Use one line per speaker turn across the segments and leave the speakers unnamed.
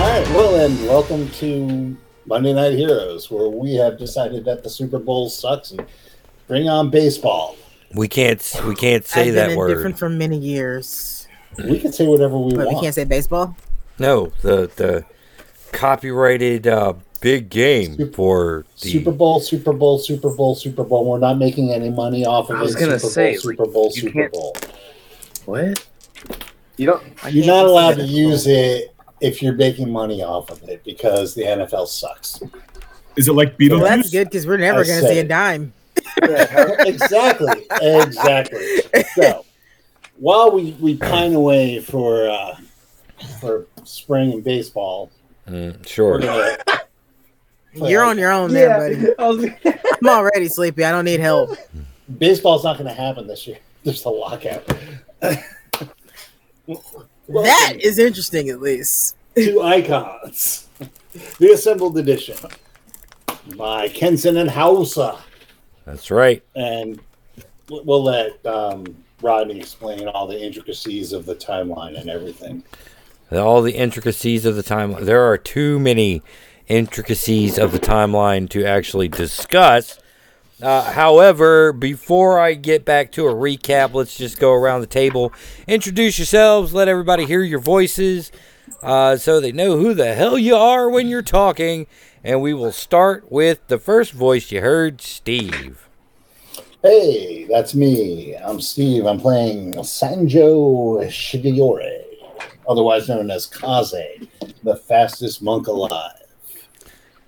and welcome to Monday Night Heroes, where we have decided that the Super Bowl sucks and bring on baseball.
We can't we can't say
I've been
that
indifferent
word.
for many years,
We can say whatever we
but we
want.
can't say baseball.
No, the the copyrighted uh, big game
Sup-
for the
Super Bowl, Super Bowl, Super Bowl, Super Bowl. We're not making any money off of
I was
it.
gonna
Super
say,
Bowl,
like,
Super Bowl,
you
Super
can't-
Bowl.
What? You don't.
I
You're
can't
not
say
allowed to
baseball.
use it if you're making money off of it because the NFL sucks.
Is it like
Well, that's
Beetlejuice?
good because we're never
I
going to
said
see a
it.
dime.
exactly. Exactly. So while we, we pine away for uh, for spring and baseball,
Mm,
we're
sure.
gonna play
You're
like-
on your own
yeah,
there, buddy.
I was,
I'm already sleepy. I don't need help.
baseball's not gonna happen this year. There's a lockout.
That is interesting, at least.
two icons. The assembled edition by Kenson and Hausa.
That's right.
And we'll we'll let um, Rodney explain all the intricacies of the timeline and everything.
All the intricacies of the timeline. There are too many intricacies of the timeline to actually discuss. Uh, however, before I get back to a recap, let's just go around the table, introduce yourselves, let everybody hear your voices, uh, so they know who the hell you are when you're talking. And we will start with the first voice you heard, Steve.
Hey, that's me. I'm Steve. I'm playing Sanjo Shigeyori, otherwise known as Kaze, the fastest monk alive.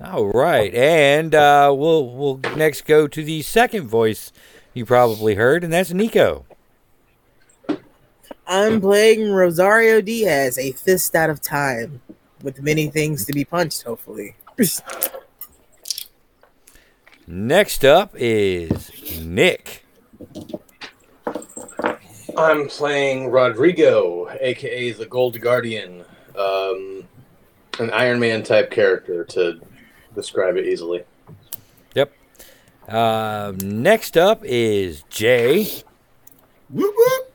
All right, and uh, we'll we'll next go to the second voice you probably heard, and that's Nico.
I'm playing Rosario Diaz, a fist out of time, with many things to be punched, hopefully.
Next up is Nick.
I'm playing Rodrigo, aka the Gold Guardian, um, an Iron Man type character to describe it easily.
Uh, next up is Jay.
Whoop, whoop.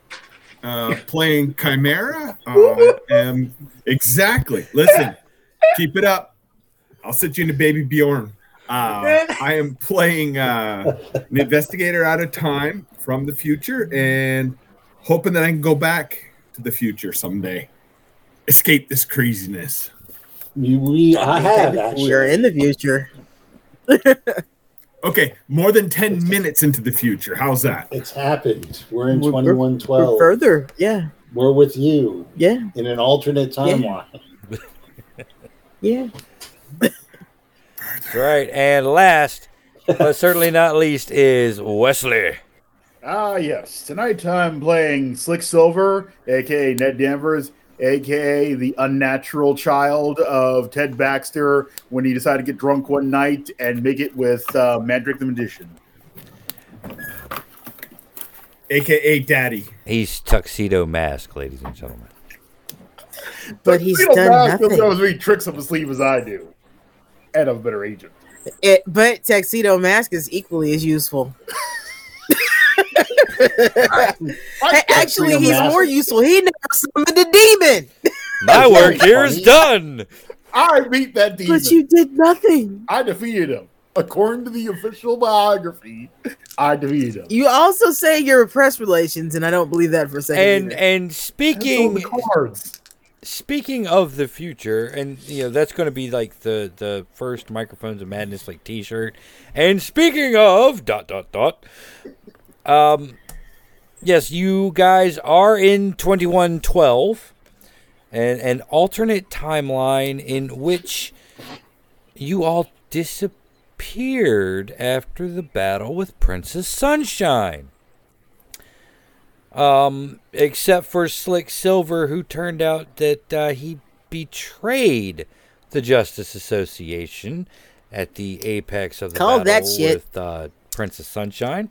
Uh, playing Chimera? Uh, and exactly. Listen, keep it up. I'll set you into Baby Bjorn. Uh, I am playing uh, an investigator out of time from the future and hoping that I can go back to the future someday. Escape this craziness.
You- We, I have
We're
actually.
in the future.
Okay, more than 10 minutes into the future. How's that?
It's happened. We're in
We're- we're- We're
2112.
further. Yeah.
We're with you
Yeah.
in an alternate timeline.
Yeah.
That's right, and last, but certainly not least, is Wesley.
Ah, yes. Tonight I'm playing Slick Silver, aka Ned Danvers, aka the unnatural child of Ted Baxter when he decided to get drunk one night and make it with uh, Mandrake the Magician.
AKA Daddy.
He's tuxedo mask, ladies and gentlemen.
But he's
Little
done
bastard
nothing.
knows as many tricks up his sleeve as I do, and I'm a better agent.
It, but tuxedo mask is equally as useful.
I-
Hey, actually,
Tuxedo
he's
mask.
more useful. He never summoned a demon,
My work here is
funny.
done.
I beat that demon.
but you did nothing.
I defeated him. According to the official biography, I defeated him.
You also say you're press relations, and I don't believe that for a second.
And
either.
and
That's all the
speaking
cards.
speaking of the future and you know that's going to be like the the first microphones of madness like t-shirt and speaking of dot dot dot um yes you guys are in 2112 and an alternate timeline in which you all disappeared after the battle with princess sunshine um, except for Slick Silver, who turned out that uh, he betrayed the Justice Association at the apex of the
Call
battle
that shit.
with uh, Princess Sunshine.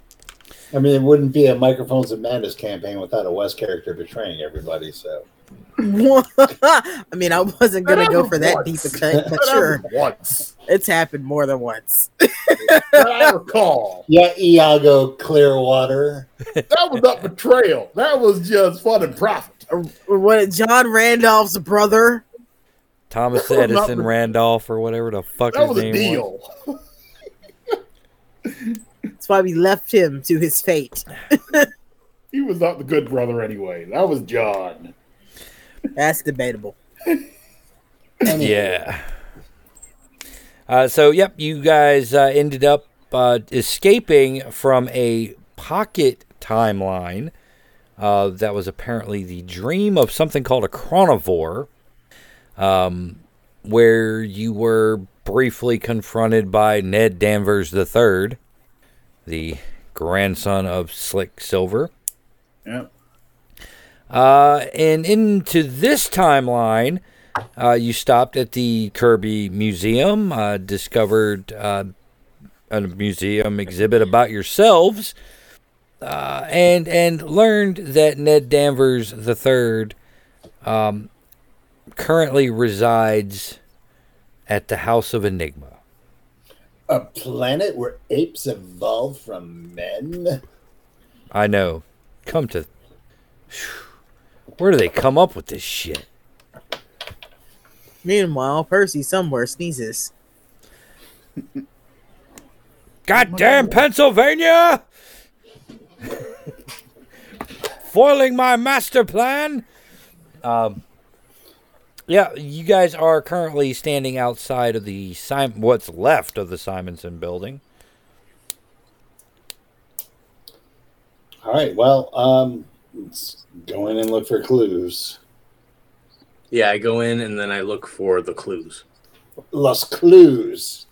I mean, it wouldn't be a Microphones and Madness campaign without a West character betraying everybody. So
I mean, I wasn't gonna go for that deep a cut, but
But I
sure,
Once.
it's happened more than once.
That I recall.
yeah, Iago Clearwater.
That was not betrayal. That was just fun and profit.
What John Randolph's brother?
Thomas
That was not
Edison
the-
Randolph or whatever the fuck
That
his
was a
name
deal.
That's why we left him to his fate.
He was not the good brother anyway. That was John.
That's debatable.
was. Yeah. Uh, so yep, you guys uh, ended up uh, escaping from a pocket timeline. Uh, that was apparently the dream of something called a chronivore, um, where you were briefly confronted by Ned Danvers III, the grandson of Slick Silver.
Yep.
Uh, and into this timeline, uh, you stopped at the Kirby Museum, uh, discovered uh, a museum exhibit about yourselves, uh, and and learned that Ned Danvers III um, currently resides at the House of Enigma.
A planet where apes evolved from men?
I know. Come to. Where do they come up with this shit?
Meanwhile, Percy somewhere sneezes.
Goddamn Pennsylvania! Foiling my master plan. Um, yeah, you guys are currently standing outside of the Sim- what's left of the Simonson building.
All right, well, um, let's go in and look for clues.
Yeah, I go in and then I look for the clues.
Los clues.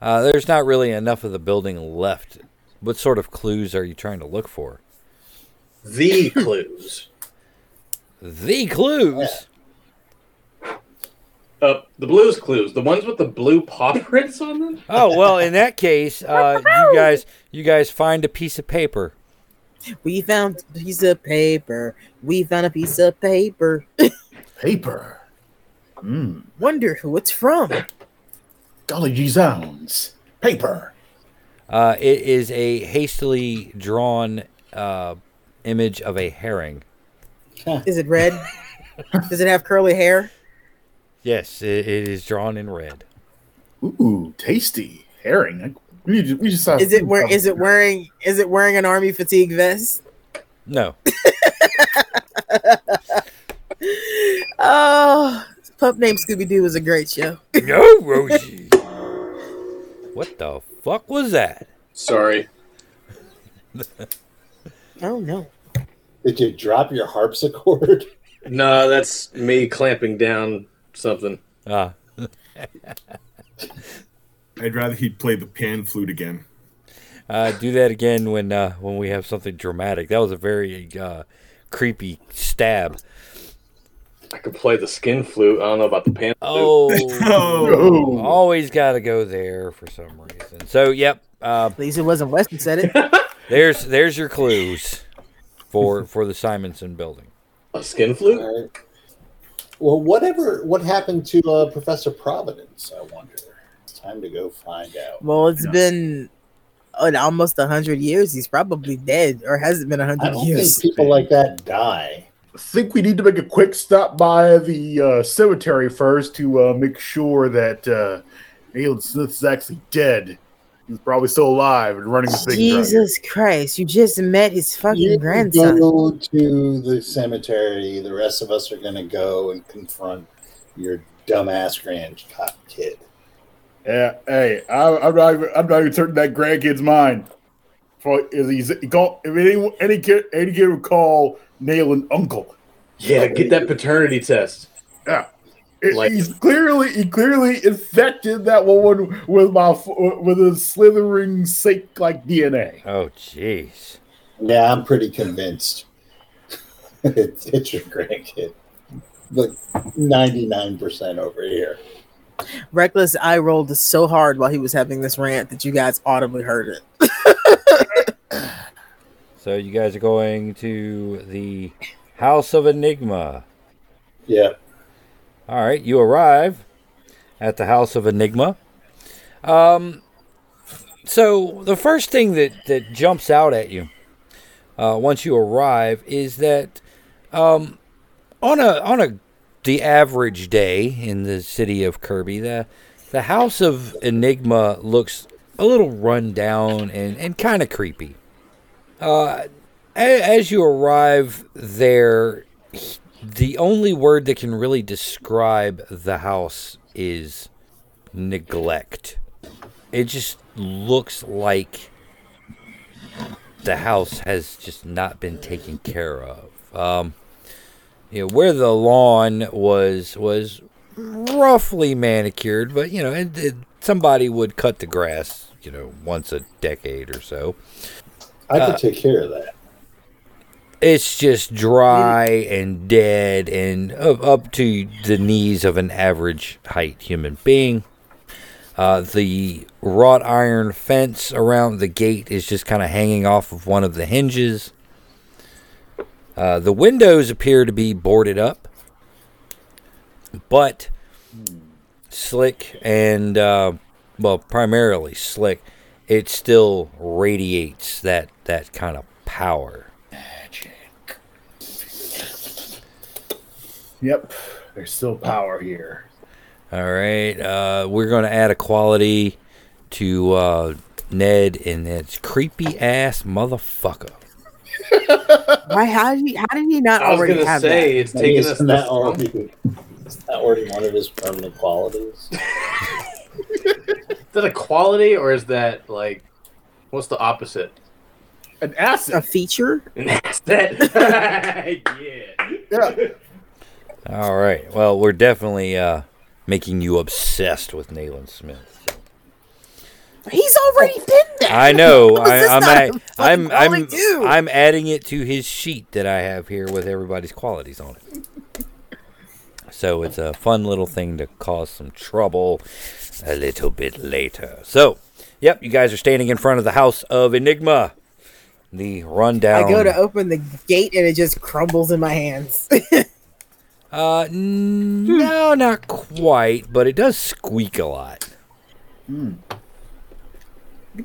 Uh, there's not really enough of the building left. What sort of clues are you trying to look for?
The clues.
The clues.
Uh, the blues clues, the ones with the blue paw prints on them.
Oh well, in that case, uh, you guys, you guys find a piece of paper.
We found a piece of paper. We found a piece of paper.
Paper.
Hmm.
Mm.
Wonder who it's from.
Golly gee zounds. Paper.
Uh, it is a hastily drawn uh, image of a herring.
Is it red? Does it have curly hair?
Yes, it, it is drawn in red.
Ooh, tasty herring. I- We just, we just saw.
Is it where is it wearing is it wearing an army fatigue vest?
No,
Oh, pup named Scooby Doo was a great show.
no, Rosie. what the fuck was that?
Sorry.
Oh no.
Did you drop your harpsichord?
No, that's me clamping down something.
Uh,
I'd rather he'd play the pan flute again.
uh, do that again when uh, when we have something dramatic. That was a very uh, creepy stab.
I could play the skin flute. I don't know about the pan. flute.
Oh,
Oh,
Oh,
always got to go there for some reason. So, yep. Uh,
At least it wasn't West who said it.
there's there's your clues for for the Simonson building.
a skin flute.
All right. Well, whatever, what happened to uh, Professor Providence? I wonder. It's time to go find out.
Well, it's
Yeah.
been an, almost a hundred years. He's probably dead, or hasn't been a
I
hundred
don't
years.
think people like that die.
I think we need to make a quick stop by the uh, cemetery first to uh, make sure that uh, Nayland Smith's actually dead. He's probably still alive and running the big drug.
Jesus Christ! You just met his fucking
You
grandson.
go to the cemetery. The rest of us are going to go and confront your dumbass grand cop kid.
Yeah, hey, I, I'm not. Even, I'm not even certain that grandkid's mine. For is he's he call if any any kid any kid would call Nayland uncle.
Yeah, get that paternity test.
Yeah. It-
Like-
he's clearly he clearly infected that woman with my f- with his slithering sake like DNA.
Oh, jeez.
Yeah, I'm pretty convinced. it's, it's your grandkid. Like 99% over here.
Reckless eye rolled so hard while he was having this rant that you guys audibly heard it.
So you guys are going to the House of Enigma.
Yeah.
All right, you arrive at the House of Enigma. Um, so the first thing that that jumps out at you uh, once you arrive is that um, on a on a the average day in the city of Kirby, the the house of Enigma looks a little run down and, and kind of creepy. Uh, a- as you arrive there, the only word that can really describe the house is neglect. It just looks like the house has just not been taken care of. Um, you know, where the lawn was was roughly manicured, but you know, it, it, somebody would cut the grass, you know, once a decade or so.
I
Uh,
could take care of that.
It's just dry and dead and up, up to the knees of an average height human being. Uh, the wrought iron fence around the gate is just kind of hanging off of one of the hinges. Uh, the windows appear to be boarded up, but Slick and, uh, well, primarily Slick, it still radiates that, that kind of power.
Yep. There's still power here.
All right. Uh, we're going to add a quality to uh, Ned, and it's creepy ass motherfucker.
Why? How did he? How did he not
I was
already
gonna
have
say
that?
it's
Maybe
taking us
isn't
this
that
long.
already, is that already one of his permanent qualities?
Is that a quality or is that like what's the opposite?
An
A
asset.
feature?
An asset. yeah.
Yeah.
All right. Well, we're definitely uh, making you obsessed with Nayland Smith.
He's already been there.
I know.
How is this
I, I'm,
not
I,
a fucking
I'm, I'm,
quality too?
I'm adding it to his sheet that I have here with everybody's qualities on it. So it's a fun little thing to cause some trouble a little bit later. So, yep, you guys are standing in front of the House of Enigma. The rundown.
I go to open the gate and it just crumbles in my hands.
Uh, n- no, not quite, but it does squeak a lot.
you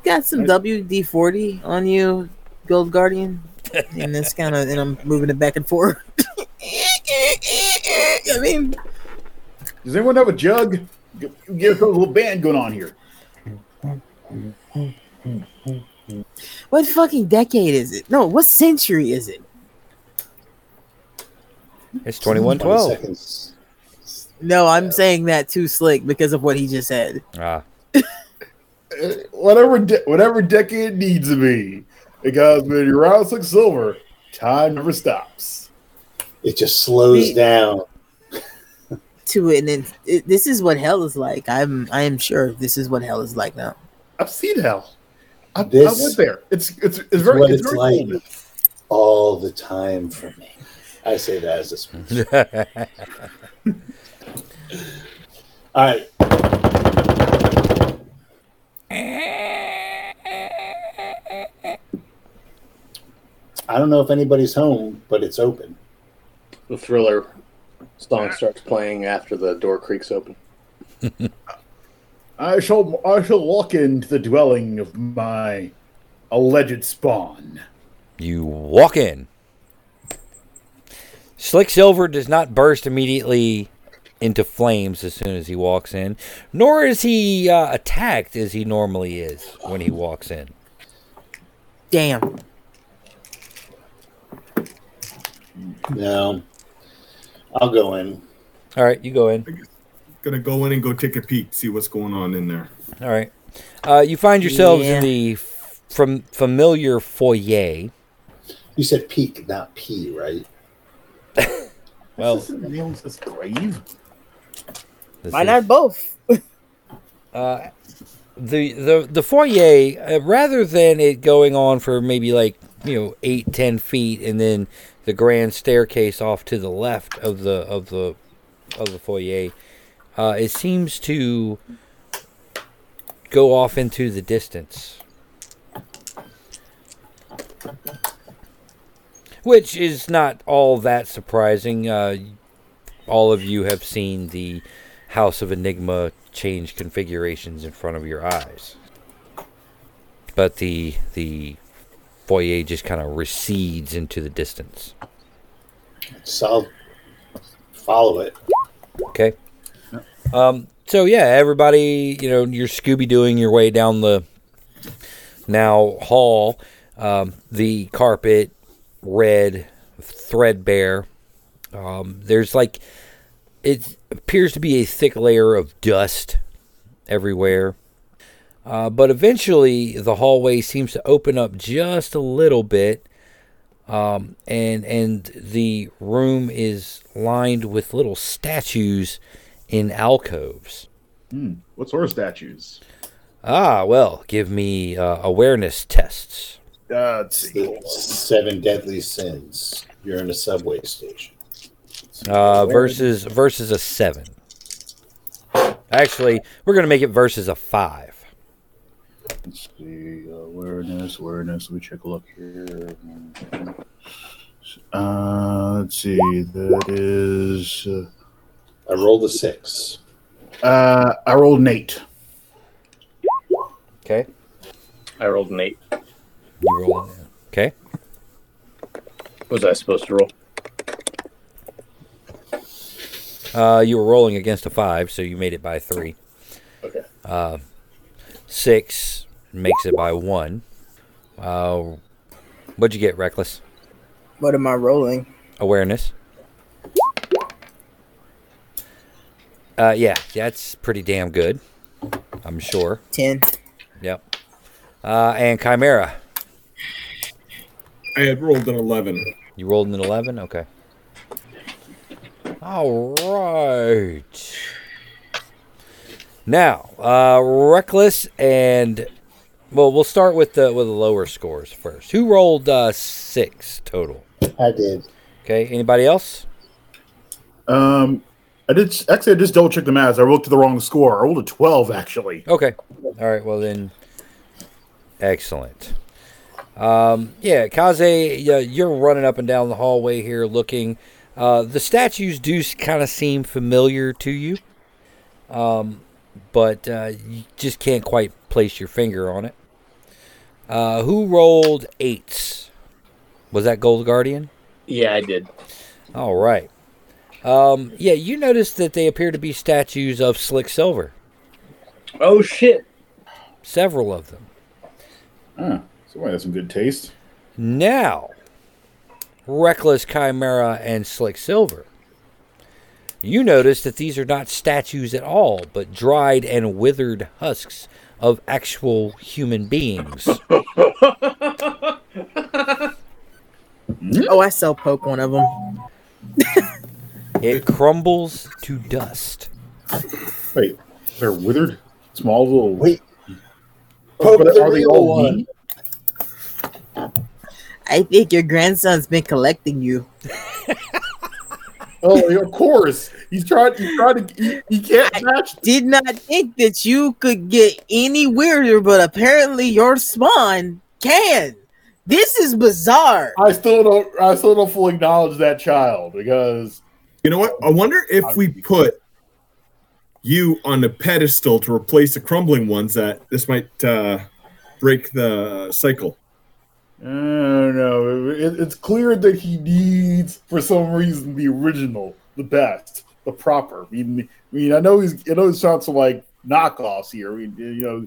got some WD forty on you, Gold Guardian, and it's kind of and I'm moving it back and forth. I mean,
Does anyone have a jug? Get get a little band going on here.
what fucking decade is it? No, what century is it?
It's 2112.
seconds.
No, I'm saying that too slick because of what he just said.
Ah,
Uh, Whatever, de- whatever decade it needs to be, because when you're out like silver, time never stops.
It just slows
We-
down.
To it, and then it, this is what hell is like. I'm I am sure this is what hell is like now.
I've seen hell. I,
This
I went there. It's it's it's
It's
very
what
it's,
it's
very
like
cold.
all the time for me. I say that as a sponsor. All right. I don't know if anybody's home, but it's open.
The thriller song starts playing after the door creaks open.
I shall I shall walk into the dwelling of my alleged spawn.
You walk in. Slick Silver does not burst immediately into flames as soon as he walks in, nor is he uh, attacked as he normally is when he walks in.
Damn.
No. I'll go in.
All right, you go in.
Gonna go in and go take a peek, see what's going on in there.
All right. Uh, you find yourselves
Yeah.
in the f- from familiar foyer.
You said peek, not pee, right?
Well,
This is Neil's grave.
this
Why
is-
not both?
Uh, the the the foyer, uh, rather than it going on for maybe like you know eight ten feet, and then the grand staircase off to the left of the of the of the foyer, uh, it seems to go off into the distance, which is not all that surprising. Uh, all of you have seen the House of Enigma change configurations in front of your eyes. But the the foyer just kind of recedes into the distance.
So I'll follow it.
Okay. Um, so yeah, everybody, you know, you're Scooby Dooing your way down the now hall. Um, the carpet red, threadbare. Um, there's like it appears to be a thick layer of dust everywhere. Uh, but eventually, the hallway seems to open up just a little bit, um, and and the room is lined with little statues in alcoves.
What sort of statues?
Ah, well, give me uh, awareness tests.
Uh, let's see.
The seven deadly sins. You're in a subway station.
Uh, versus versus a seven. Actually, we're gonna make it versus a five.
Let's see. Awareness, awareness. Let me check a look here. Uh, let's see. That is.
I rolled a six.
Uh, I rolled an eight.
Okay.
I rolled an eight.
You roll. Okay.
What was I supposed to roll?
Uh, you were rolling against a five, so you made it by three.
Okay.
Uh, six makes it by one. Uh, what'd you get, Reckless?
What am I rolling?
Awareness. Uh, yeah, that's pretty damn good. I'm sure.
Ten.
Yep. Uh, and Chimera,
I had rolled an 11.
you rolled an eleven. Okay. All right. Now, uh, reckless and well, we'll start with the with the lower scores first. Who rolled uh, six total?
I did.
Okay. Anybody else?
Um, I did actually. I just double checked the math. I rolled to the wrong score. I rolled a twelve actually.
Okay. All right. Well then, excellent. Um, yeah, Kaze, yeah, you're running up and down the hallway here looking. Uh, the statues do kind of seem familiar to you, um, but uh, you just can't quite place your finger on it. Uh, who rolled eights? Was that Gold Guardian?
Yeah, I did.
All right. Um, yeah, you noticed that they appear to be statues of Slick Silver,
Oh shit!
several of them.
Huh. Somebody has some good taste.
Now, Reckless Chimera and Slick Silver. You notice that these are not statues at all, but dried and withered husks of actual human beings.
Oh, I sell poke one of them.
It crumbles to dust.
Wait, they're withered, small little. Oh,
Wait.
but
Poke the
are they
real
all
one.
meat?
I think your grandson's been collecting you.
Oh, yeah, of course. He's trying. He's trying to. He, he can't match.
Did not think that you could get any weirder, but apparently your spawn can. This is bizarre.
I still don't. I still don't fully acknowledge that child because
You know what? I wonder if we put you on a pedestal to replace the crumbling ones that this might uh, break the cycle.
I don't know. It, it's clear that he needs, for some reason, the original, the best, the proper. I mean, I, mean, I know he's. I know it sounds like knockoffs here. I mean, you know,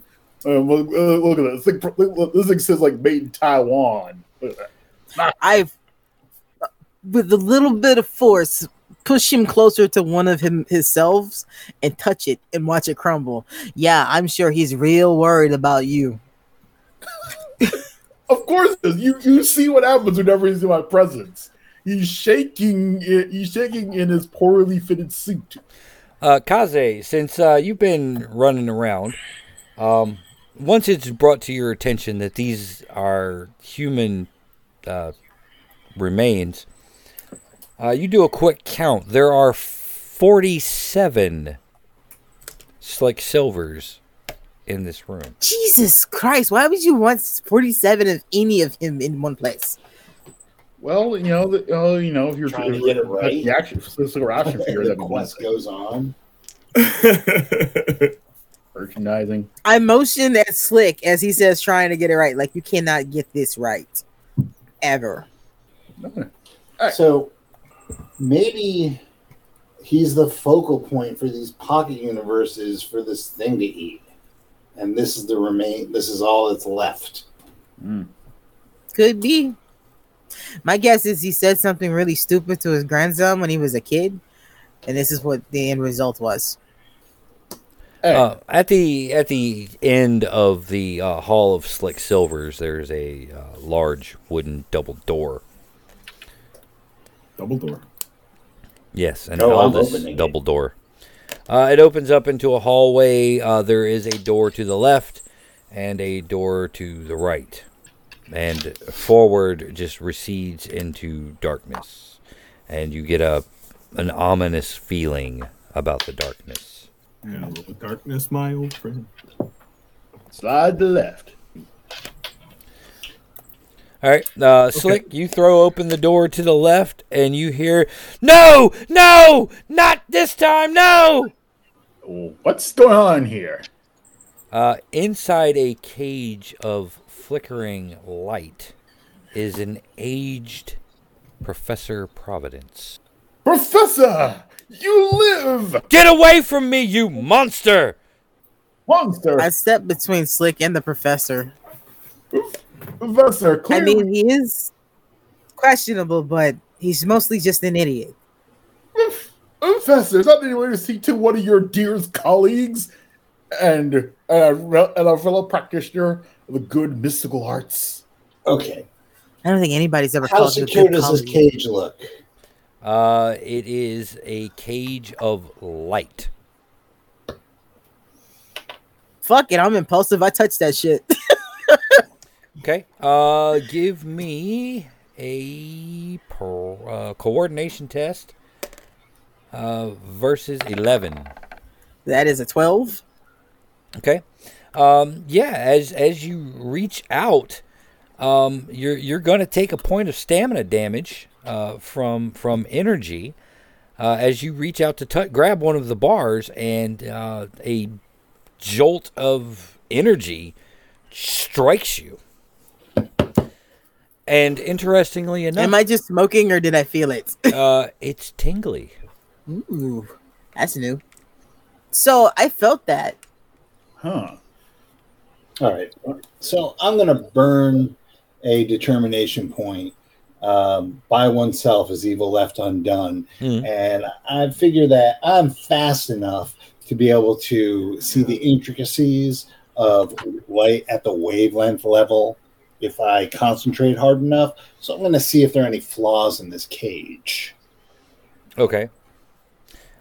um, look, uh, look at this. Look, look, look, this thing says like made in Taiwan. Look at that.
I've, with a little bit of force, push him closer to one of him himself and touch it and watch it crumble. Yeah, I'm sure he's real worried about you.
Of course, it is. you you see what happens whenever he's in my presence. He's shaking. He's shaking in his poorly fitted suit.
Uh, Kaze, since uh, you've been running around, um, once it's brought to your attention that these are human uh, remains, uh, you do a quick count. There are 47 slick silvers in this room.
Jesus Christ, why would you want 47 of any of him in one place?
Well, you know, the, oh, you know, if you're
Trying to get it right.
the action, physical action figure
The
that
quest goes on.
merchandising.
I motion at Slick as he says, trying to get it right. Like, you cannot get this right. Ever.
So maybe he's the focal point for these pocket universes for this thing to eat, and this is the remain. This is all that's left.
Could be. My guess is he said something really stupid to his grandson when he was a kid, and this is what the end result was.
Uh, at the at the end of the uh, hall of slick silvers, there's a uh, large wooden double door.
Double door.
Yes, an
Oh, I'm
Aldous
opening it.
double door. Uh, it opens up into a hallway. Uh, there is a door to the left and a door to the right, and forward just recedes into darkness, and you get a an ominous feeling about the darkness.
Yeah, a little darkness, my old friend.
Slide to the left.
All right, uh, Slick, you throw open the door to the left, and you hear, "No, no, not this time, no!"
What's going on here?
Uh, inside a cage of flickering light is an aged Professor Providence.
Professor, you live!
Get away from me, you monster!
Monster!
I stepped between Slick and the professor.
Professor,
I
clear.
mean, he is questionable, but he's mostly just an idiot.
Professor, is that the way to speak to one of your dearest colleagues and, and, a, re- and a fellow practitioner of the good mystical arts?
Okay,
I don't think anybody's ever
how
called you a
secure
good
does this
colleague.
cage look?
Uh, it is a cage of light.
Fuck it, I'm impulsive. I touch that shit.
Okay. Uh, give me a pro- uh, coordination test. Uh, versus eleven.
that is a twelve.
Okay. Um, yeah. As as you reach out, um, you're you're gonna take a point of stamina damage uh, from from energy uh, as you reach out to t- grab one of the bars, and uh, a jolt of energy strikes you. And interestingly
Am
enough,
I just smoking or did I feel it?
uh, it's tingly.
Ooh, that's new. So I felt that.
Huh.
All right. So I'm going to burn a determination point. Um, by oneself is evil left undone.
Hmm.
And I figure that I'm fast enough to be able to see the intricacies of light at the wavelength level if I concentrate hard enough. So I'm going to see if there are any flaws in this cage.
Okay.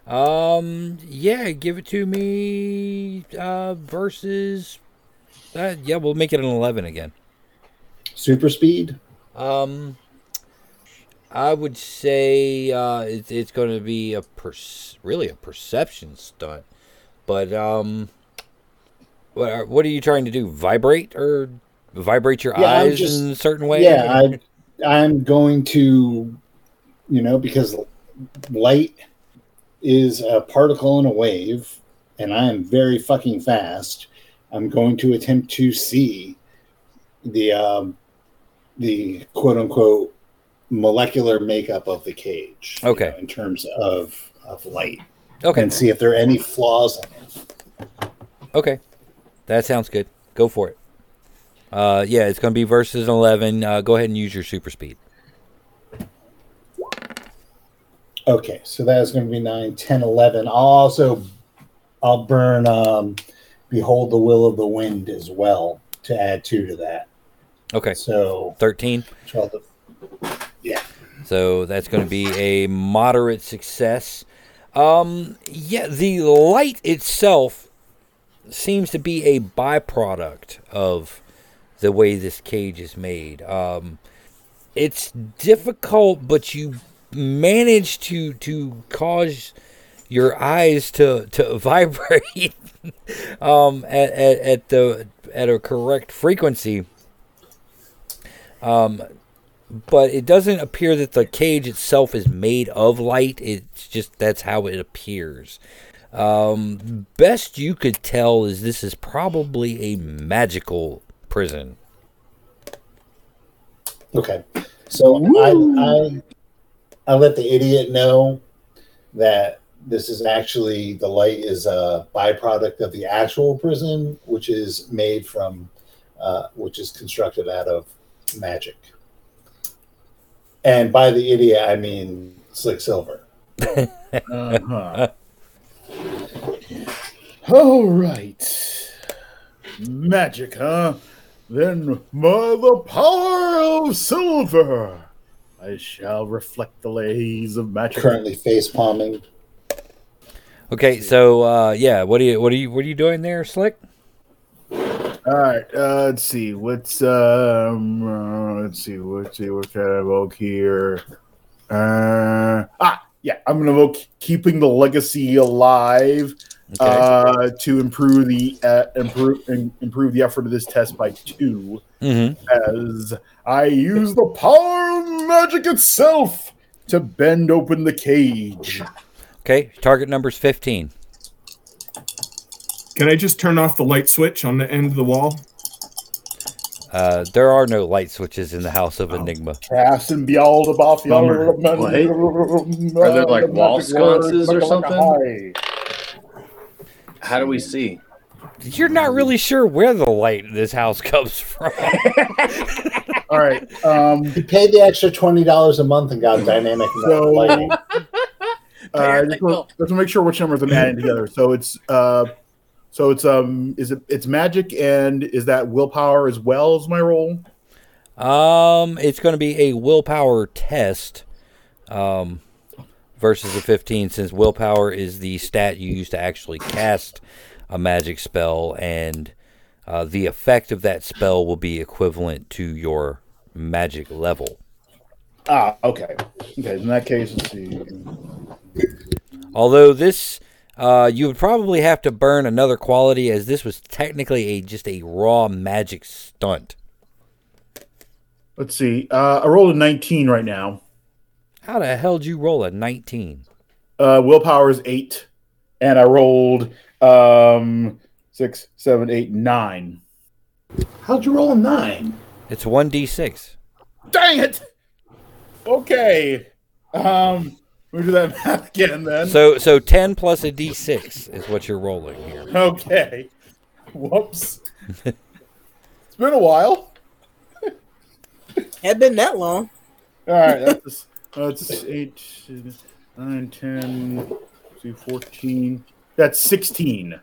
Um. Yeah. Give it to me. Uh. Versus. Uh, yeah. We'll make it an eleven again.
Super speed?
Um. I would say uh, it, it's going to be a per- really a perception stunt, but um, what are, what are you trying to do? Vibrate or vibrate your
Yeah, I'm
eyes
just-
in a certain way?
Yeah, I, I'm going to, you know, because light is a particle and a wave, and I am very fucking fast. I'm going to attempt to see the um, the quote unquote molecular makeup of the cage. you
Okay.
know, in terms of of light,
okay.
and see if there are any flaws. in it.
Okay, that sounds good. Go for it. Uh, yeah, it's going to be versus eleven. Uh, go ahead and use your super speed.
Okay, so that's going to be 9, 10, 11. I'll also I'll burn um, Behold the Will of the Wind as well to add 2 to that.
Okay,
So,
thirteen.
12 to-
So that's going to be a moderate success. Um, yeah, the light itself seems to be a byproduct of the way this cage is made. Um, it's difficult, but you manage to to cause your eyes to to vibrate um, at, at at the at a correct frequency. but it doesn't appear that the cage itself is made of light. It's just that's how it appears. Um, best you could tell is this is probably a magical prison.
okay. So I, I I let the idiot know that This is actually the light is a byproduct of the actual prism, which is made from, uh, which is constructed out of magic. And by the idiot, I mean slick silver.
Uh-huh. All right. Magic, huh? Then by the power of silver, I shall reflect the lays of magic.
Currently face palming.
Okay, so uh, yeah, what are you what are you what are you doing there, Slick?
All right, uh, let's see. What's um, uh, let's see. Let's see. What can I evoke here? Uh, ah, yeah, I'm gonna evoke keeping the legacy alive
Okay.
uh, to improve the uh, improve im- improve the effort of this test by two.
Mhm.
As I use the power of magic itself to bend open the cage.
Okay, target number's 15.
Can I just turn off the light switch on the end of the wall?
Uh, there are no light switches in the House of Enigma.
Cast and Beelzebub.
Bummer.
Are
Are there, like, wall sconces or something? How do we see?
You're not really sure where the light in this house comes from.
All right. Um,
He paid the extra twenty dollars a month and got dynamic
So-
lighting.
Uh, I just want to make sure which numbers I'm adding together. So it's uh, so it's um, is it it's magic and is that willpower as well as my roll?
um, it's going to be a willpower test um, versus a 15, since willpower is the stat you use to actually cast a magic spell, and uh, the effect of that spell will be equivalent to your magic level.
Ah, okay. Okay, in that case, let's see.
Although this, uh, you would probably have to burn another quality, as this was technically a just a raw magic stunt.
Let's see. Uh, I rolled a 19 right now.
How the hell did you roll a 19?
Uh, willpower is eight, and I rolled um six, seven, eight, nine.
How'd you roll a nine?
It's 1d6.
Dang it! Okay. Um, we do that math again then.
So so 10 plus a d6 is what you're rolling here.
Okay. Whoops. it's been a while.
Had been that long.
All right. That's, that's 8, 9, 10, 2, 14. That's 16.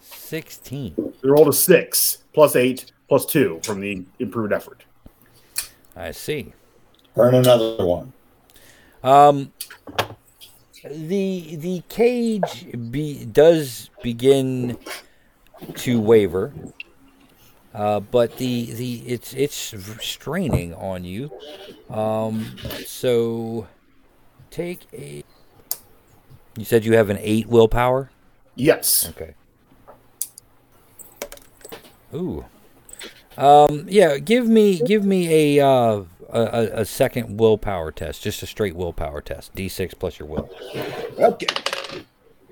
16.
They rolled a 6, plus 8, plus 2 from the improved effort.
I see.
Burn another one.
Um, the the cage be, does begin to waver, uh, but the the it's it's straining on you. Um, so take a. You said you have an eight willpower.
Yes.
Okay. Ooh. Um. Yeah. Give me. Give me a. Uh, a, a a second willpower test, just a straight willpower test. D6 plus your will.
Okay.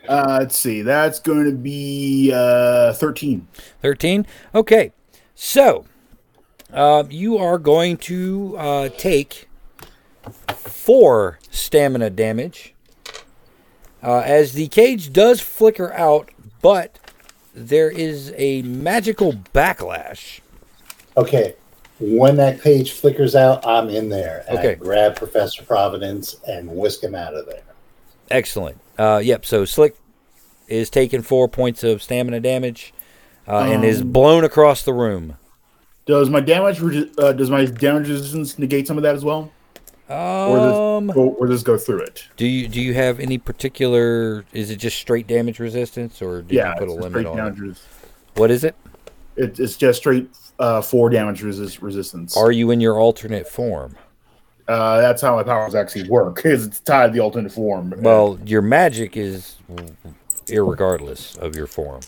Uh, let's see. That's going to be uh, 13.
13. Okay. So, uh, you are going to uh, take four stamina damage uh, as the cage does flicker out, but there is a magical backlash.
Okay. When that page flickers out, I'm in there. And
Okay.
I grab Professor Providence and whisk him out of there.
Excellent. Uh, yep. So Slick is taking four points of stamina damage uh, and is
Um,
blown across the room.
Does my damage re- uh, does my damage resistance negate some of that as well, or does
Um,
go, or does it go through it?
do you do you have any particular? Is it just straight damage resistance, or do
Yeah,
you put a
it's a
limit
straight
on?
damage
It?
res-
What is it?
It, it's just straight uh, four damage resist- resistance.
Are you in your alternate form?
uh, that's how my powers actually work. Is it's tied to the alternate form.
Well, your magic is irregardless of your form.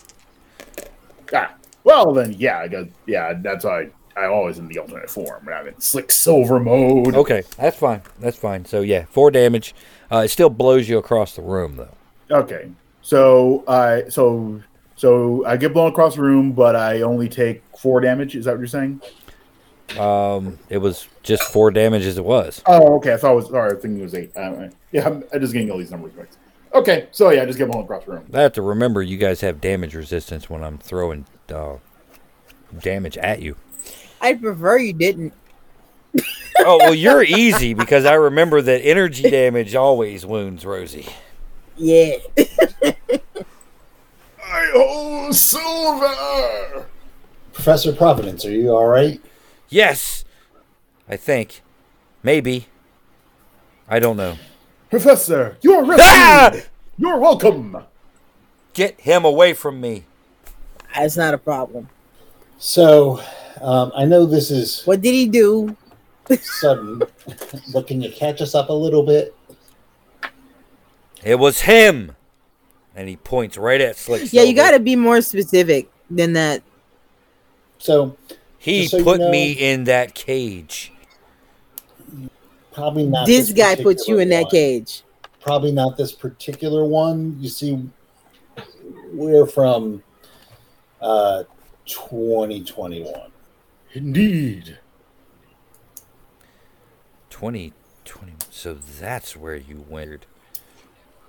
Ah, well then, yeah, I got, yeah. That's why I, I'm always in the alternate form. I'm in slick silver mode.
Okay, that's fine. That's fine. So yeah, four damage. Uh, it still blows you across the room though.
Okay, so I so so I get blown across the room, but I only take four damage. Is that what you're saying?
Um, it was just four damage as it was.
Oh, okay. I thought it was sorry. I was thinking it was eight. I, I- yeah, I'm, I'm just getting all these numbers mixed. Okay, so yeah, just get them all across the room.
I have to remember you guys have damage resistance when I'm throwing uh, damage at you.
I prefer you didn't.
Oh well, you're easy because I remember that energy damage always wounds Rosie.
Yeah.
I hold silver.
Professor Providence, are you all right?
Yes, I think, maybe. I don't know.
Professor, you are rescued.
Ah!
You're welcome.
Get him away from me.
That's not a problem.
So, um, I know this is
What did he do?
sudden, but can you catch us up a little bit?
It was him, and he points right at Slick.
Yeah, you
Silver.
gotta be more specific than that.
So,
He
Just so you
put
know-
me in that cage.
probably not.
this guy puts
particular
you in that
one.
cage.
Probably not this particular one. You see, we're from uh, 2021.
Indeed.
2020. So that's where you went.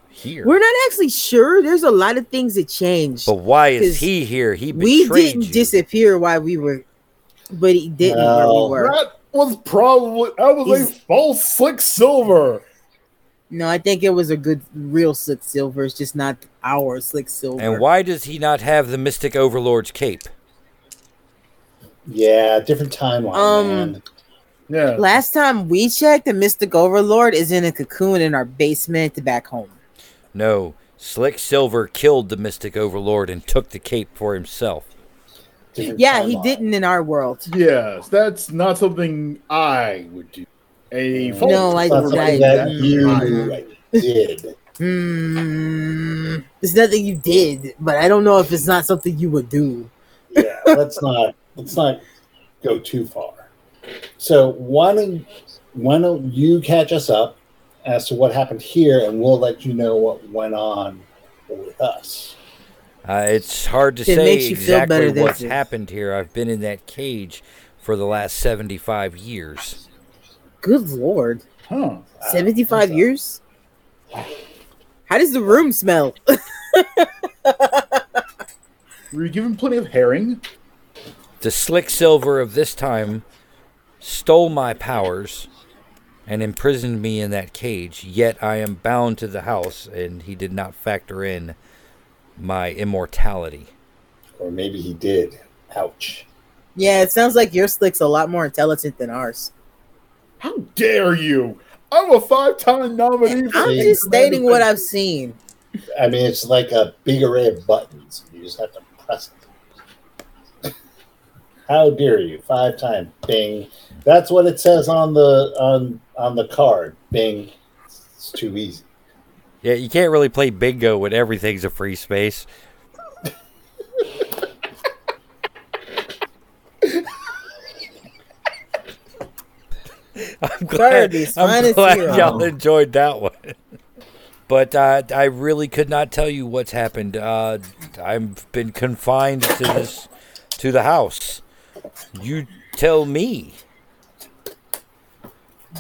Here.
We're not actually sure. There's a lot of things that changed.
but why is
'cause
he here? He
we
betrayed
didn't
you.
disappear while we were, but he didn't
No.
where we were.
That was probably that was a
He's-
false slick silver.
No, I think it was a good, real slick silver. It's just not our slick silver.
And why does he not have the Mystic Overlord's cape?
Yeah, different timeline.
Um,
man.
Yeah.
Last time we checked, the Mystic Overlord is in a cocoon in our basement back home.
No, Slick Silver killed the Mystic Overlord and took the cape for himself.
Different
Yeah, he
timeline.
didn't in our world.
Yes, that's not something I would do. A false
No, I-
It's not
silver.
something
Right.
Mm. that you did.
Hmm. It's nothing you did, but I don't know if it's not something you would do.
yeah, let's not let's not go too far. So why don't why don't you catch us up as to what happened here, and we'll let you know what went on with us.
Uh, it's hard to
It
say
makes you feel
exactly
better, doesn't
what's
it?
happened here. I've been in that cage for the last 75 years.
Good lord.
Huh.
75 years? How does the room smell?
Were you given plenty of herring?
The Slick Silver of this time stole my powers and imprisoned me in that cage, yet I am bound to the house, and he did not factor in my immortality.
Or maybe he did. Ouch.
yeah, it sounds like your slick's a lot more intelligent than ours.
How dare you? I'm a five-time nominee. for
I'm
the
just stating what
Commander-
I've seen.
I mean, it's like a big array of buttons. You just have to press it. How dare you? Five time bing. That's what it says on the on on the card. Bing. It's too easy.
Yeah, you can't really play bingo when everything's a free space. I'm glad,
Barbies,
I'm
minus
glad
zero.
y'all enjoyed that one. But uh, I really could not tell you what's happened. Uh, I've been confined to this, to the house. You tell me.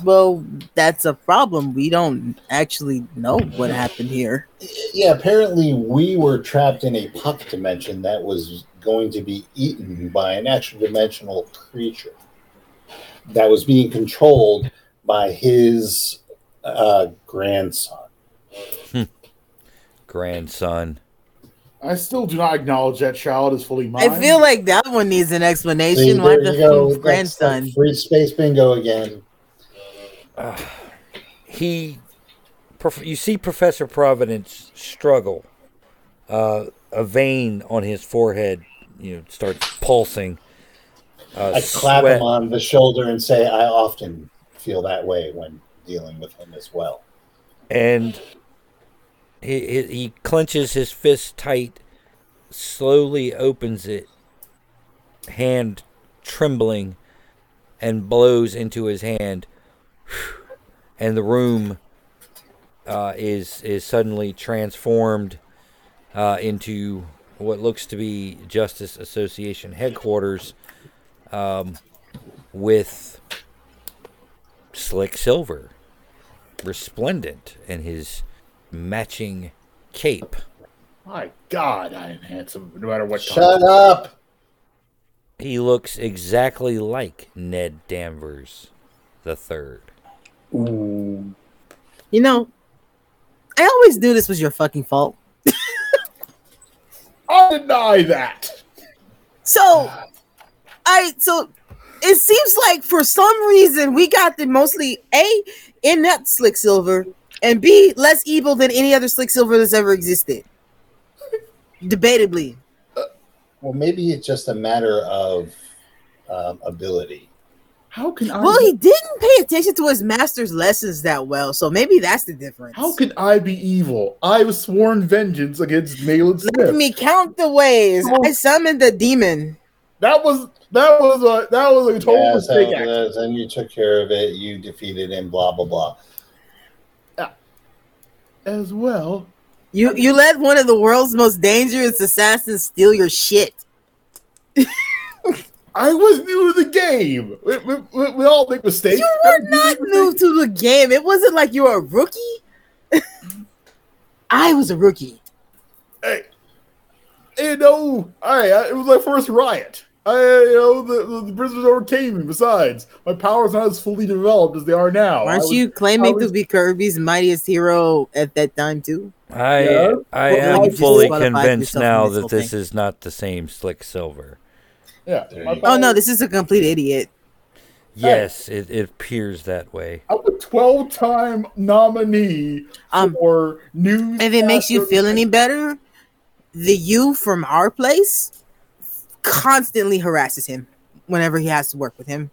Well, that's a problem. We don't actually know what happened here.
Yeah, apparently we were trapped in a pocket dimension that was going to be eaten by an extra dimensional creature that was being controlled by his uh, grandson.
Grandson.
I still do not acknowledge that child is fully mine.
I feel like that one needs an
See,
explanation. Why
there you go.
the
That's
grandson?
the Free space bingo again.
he prof- you see professor providence struggle uh, a vein on his forehead you know starts pulsing uh,
I clap
sweat-
him on the shoulder and say, I often feel that way when dealing with him as well.
and he, he, he clenches his fist tight slowly opens it hand trembling and blows into his hand and the room uh, is is suddenly transformed uh, into what looks to be Justice Association headquarters um, with slick silver resplendent in his matching cape.
My God, I am handsome, no matter what.
Shut up.
He looks exactly like Ned Danvers the third.
Ooh.
You know, I always knew this was your fucking fault.
I deny that.
So, I so it seems like for some reason we got the mostly a inept slick silver and b less evil than any other slick silver that's ever existed. Debatably,
Well, maybe it's just a matter of um, ability.
How can I?
well, he didn't pay attention to his master's lessons that well, so maybe that's the difference.
How could I be evil? I was sworn vengeance against Nayland Smith.
Let me count the ways. I summoned the demon.
That was that was a that was a total
Yeah, so
mistake. actually.
it is, and you took care of it. You defeated him. Blah blah blah.
As well,
You you let one of the world's most dangerous assassins steal your shit.
I was new to the game. We, we, we- we all make mistakes.
You
I
were
was
not
to the
new to the game. It wasn't like you were a rookie. I was a rookie.
hey, you know, I, I- it was my first riot. I, you know, the, the, prisoners overcame me. Besides, my powers aren't as fully developed as they are now. Oh, I
Aren't
was-
you
I
claiming
was-
to be Kirby's mightiest hero at that time too?
I
Yeah.
I
Well,
am
you just
fully
disqualified
convinced
yourself from
now
this
that
whole
this
thing.
is not the same slick silver.
Yeah.
There
my
you go.
Oh
powers-
no, this is a complete idiot.
Yes, it, it appears that way.
I'm a 12 time nominee
Um,
for news.
If it makes you feel any better, the you from our place constantly harasses him whenever he has to work with him.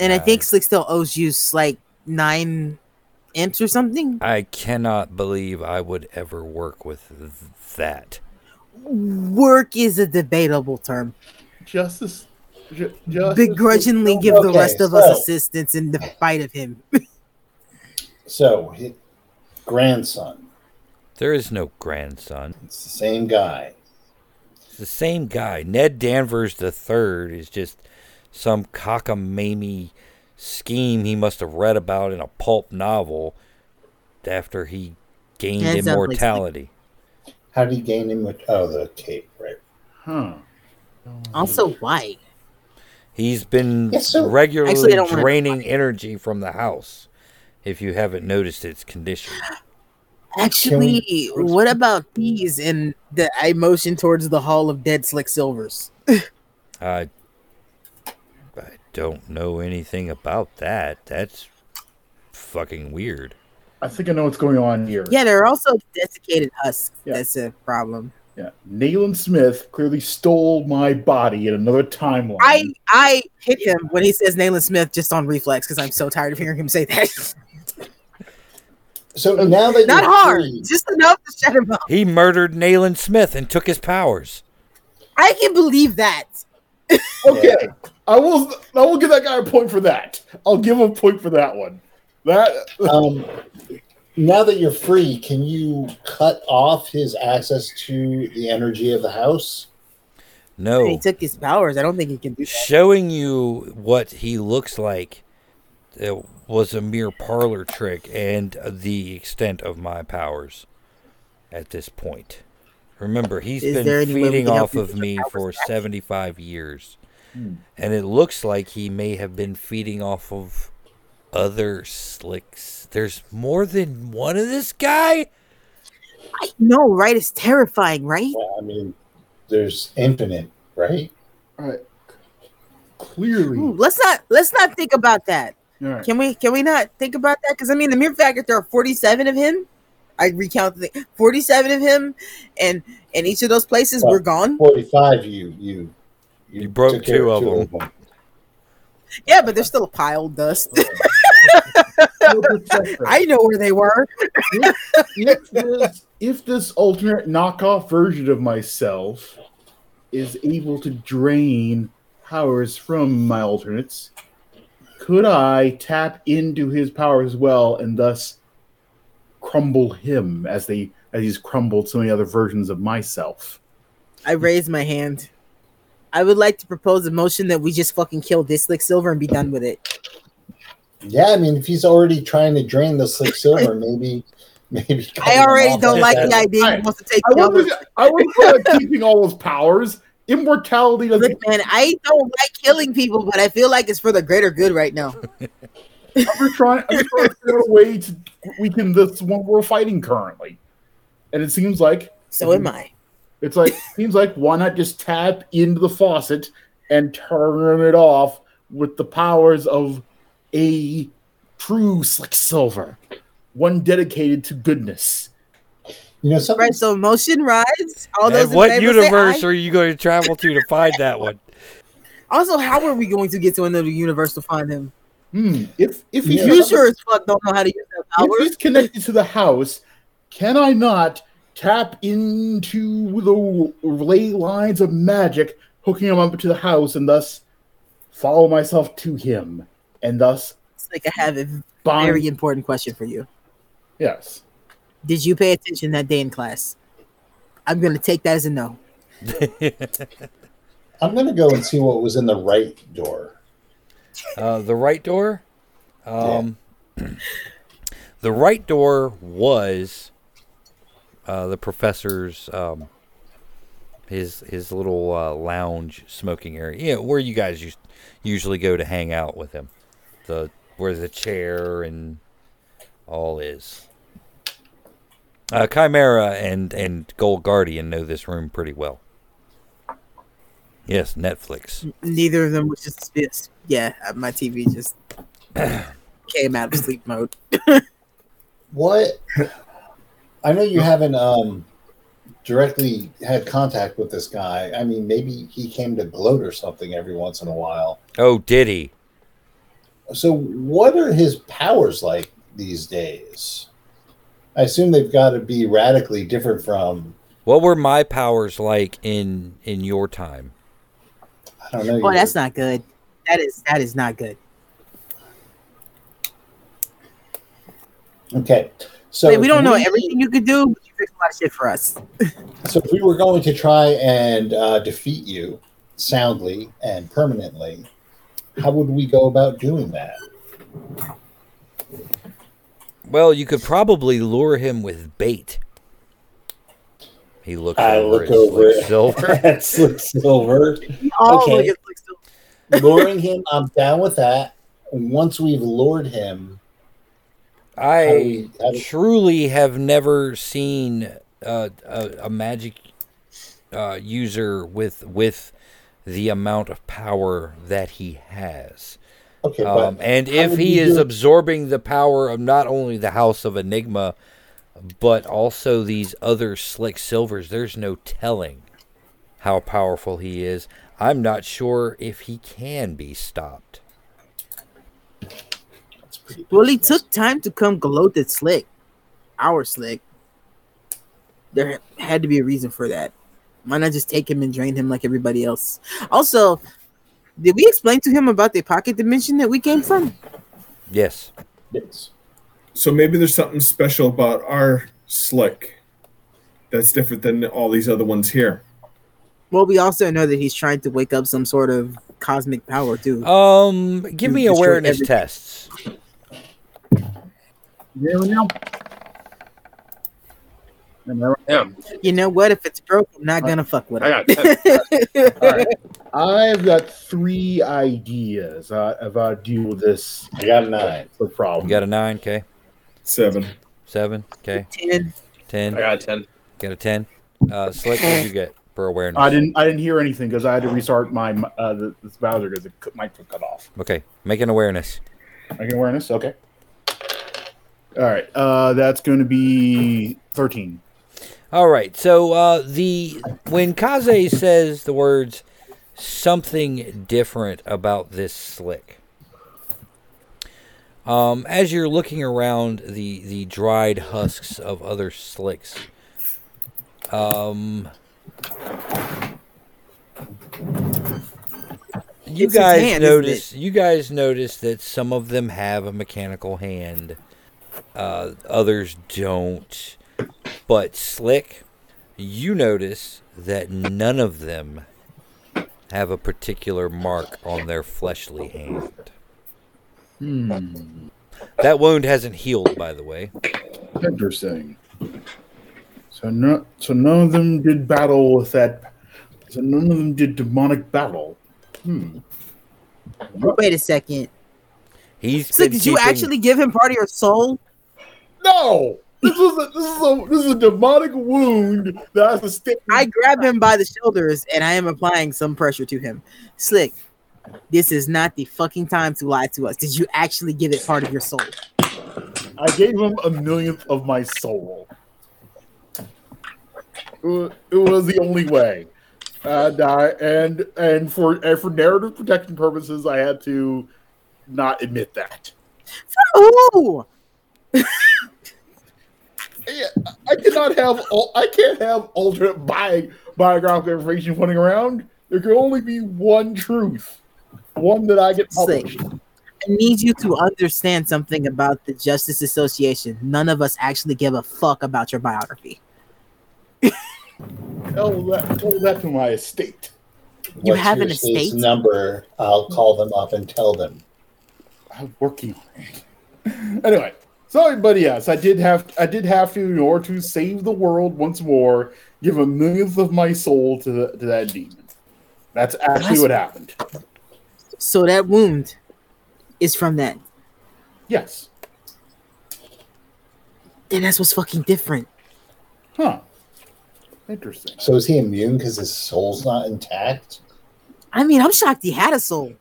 And I think
Nice.
Slick still owes you like nine imps or something.
I cannot believe I would ever work with th- that.
Work is a debatable term.
justice, ju- justice.
Begrudgingly give the
Okay,
rest of us
so-
assistance in the fight of him.
So, his grandson.
There is no grandson.
It's the same guy.
It's the same guy. Ned Danvers the third is just some cockamamie scheme he must have read about in a pulp novel after he gained
That sounds like
immortality.
How did he gain him? With, oh, the cape, right?
Huh.
Also, why?
He's been
Yes, sir.
regularly
Actually, I don't wanna-
draining energy from the house. If you haven't noticed its condition,
Actually, what about these and the I motion towards the Hall of Dead Slick Silvers?
I I don't know anything about that. That's fucking weird.
I think I know what's going on here.
Yeah, they're also desiccated husks.
Yeah.
That's a problem.
Yeah. Nayland Smith clearly stole my body in another timeline.
I I hit him when he says Nayland Smith just on reflex because I'm so tired of hearing him say that.
So now that
Not
you're
hard,
free-
just enough to shut him up.
He murdered Nayland Smith and took his powers.
I can believe that.
okay. I will. I will give that guy a point for that. I'll give him a point for that one. That
um, now that you're free, can you cut off his access to the energy of the house?
No,
He took his powers. I don't think he can do that.
showing you what he looks like uh, was a mere parlor trick and the extent of my powers at this point. Remember, he's
Is there
been
any way we
feeding
can help
off
you
of
get your
me
powers Hmm.
for 75 years. And it looks like he may have been feeding off of other slicks. There's more than one of this guy?
I know, right? It's terrifying, right?
Well, I mean, there's infinite, right?
all right. Clearly,
Ooh, let's not let's not think about that.
all right.
Can we can we not think about that? Because I mean, the mere fact that there are forty seven of him, I recount the forty seven of him, and and each of those places
Well,
were gone.
Forty-five. You you
You broke
took care
two of them.
Yeah, but there's still a pile of dust.
You're a protector.
I know where they were.
if, this, if this alternate knockoff version of myself is able to drain powers from my alternates, could I tap into his power as well and thus crumble him as they as he's crumbled so many other versions of myself?
I raised my hand. I would like to propose a motion that we just fucking kill this slick silver and be done with it.
Yeah, I mean, if he's already trying to drain the slick silver, maybe Maybe
I already don't like the idea
Alright.
he wants to take
I
the
wonder.
other.
if- I wonder if they're keeping all those powers. Immortality doesn't.
Look, man, I don't like killing people, but I feel like it's for the greater good right now.
We're trying. I'm trying to figure out a way to weaken this one we're fighting currently, and it seems like
So am I.
it's like seems like why not just tap into the faucet and turn it off with the powers of a true slick silver, one dedicated to goodness.
You know, something
Right. So motion rides. All
And
Oh, those in
what
favor
universe
Say aye.
are you going to travel to to find that one?
Also, how are we going to get to another universe to find him?
Hmm. If if he's
You sure as fuck don't know how to use that
if
power.
he's connected to the house, can I not tap into the ley lines of magic, hooking him up to the house, and thus follow myself to him, and thus
It's like I have a
bond?
very important question for you.
Yes.
Did you pay attention that day in class? I'm gonna take that as a no.
I'm gonna go and see what was in the right door.
Uh, the right door. Um, The right door was uh, the professor's um, his his little uh, lounge smoking area. Yeah, where you guys us- usually go to hang out with him. The where the chair and all is. Uh, Chimera and and Gold Guardian know this room pretty well. Yes, Netflix.
Mm. Neither of them was just spits. Yeah, uh, my TV just came out of sleep mode.
What? I know you haven't um, directly had contact with this guy. I mean, maybe he came to gloat or something every once in a while.
Oh, did he?
So, what are his powers like these days? I assume they've got to be radically different from.
What were my powers like in in your time?
I don't know.
Boy,
your-
that's not good. That is that is not good.
okay. So
Wait, we don't know
if we-
everything you could do, but you fixed a lot of shit for us.
So if we were going to try and uh, defeat you soundly and permanently, how would we go about doing that?
Well, you could probably lure him with bait. He looks
I
over
look
at
over
Slick
it.
Silver.
That's Slick Silver.
We all
Okay.
look at Slick Silver.
Luring him, I'm down with that. Once we've lured him, how do
I
we- how do-
truly have never seen uh, a, a magic uh, user with with the amount of power that he has.
okay,
Um,
but
and
how
if
would
he
you
is
do-
absorbing the power of not only the House of Enigma, but also these other slick silvers, there's no telling how powerful he is. I'm not sure if he can be stopped.
that's pretty
Well, he took time to come gloat at Slick, our Slick. There had to be a reason for that. Why not just take him and drain him like everybody else? Also, did we explain to him about the pocket dimension that we came from?
Yes.
Yes.
So maybe there's something special about our slick that's different than all these other ones here.
Well, we also know that he's trying to wake up some sort of cosmic power too.
Um, give
You
me
destroyed
awareness
everything.
tests.
There we go. Am I right?
Damn,
You know what? If it's broke, I'm not gonna fuck with
I
it.
got ten.
I've got three ideas uh, of how to deal with this
I got a nine.
the
You
problem.
got a 9, okay?
Seven.
7, okay?
Ten.
10,
I got ten.
got a 10. Uh, Slick, what did you get for awareness?
I didn't. I didn't hear anything because I had to restart my uh, the, this browser because the mic got cut off.
Okay, make an awareness.
I can awareness. Okay. All right. Uh, that's going to be thirteen.
All right. So uh, the when Kaze says the words something different about this slick. Um, as you're looking around the the dried husks of other slicks, um, you
It's his
guys
hand, isn't it?
notice you guys notice that some of them have a mechanical hand, uh, others don't. But Slick, you notice that none of them have a particular mark on their fleshly hand.
Hmm.
That wound hasn't healed, by the way.
Interesting. So no, so none of them did battle with that. So none of them did demonic battle. Hmm.
Wait a second.
He's
So
been
did you
keeping-
actually give him part of your soul?
No, this is a, this is a this is a demonic wound that has to stick.
I grab him by the shoulders and I am applying some pressure to him. Slick, this is not the fucking time to lie to us. Did you actually give it part of your soul?
I gave him a millionth of my soul. It wa- it was the only way. And, I, and and for and for narrative protection purposes, I had to not admit that.
Ooh!
Yeah, I cannot have all. I can't have alternate bi- biographical information running around. There can only be one truth, one that I get published.
I need you to understand something about the Justice Association. None of us actually give a fuck about your biography.
Tell that, tell that to my estate.
You
What's
have
your
an
state's
estate?
number. I'll call them up and tell them.
I'm working on it. anyway, so but yes, I did have I did have to in order to save the world once more, give a millionth of my soul to the, to that demon. That's actually what happened.
So that wound is from that.
Yes.
And that's what's fucking different.
Huh. Interesting.
So is he immune because his soul's not intact?
I mean, I'm shocked he had a soul.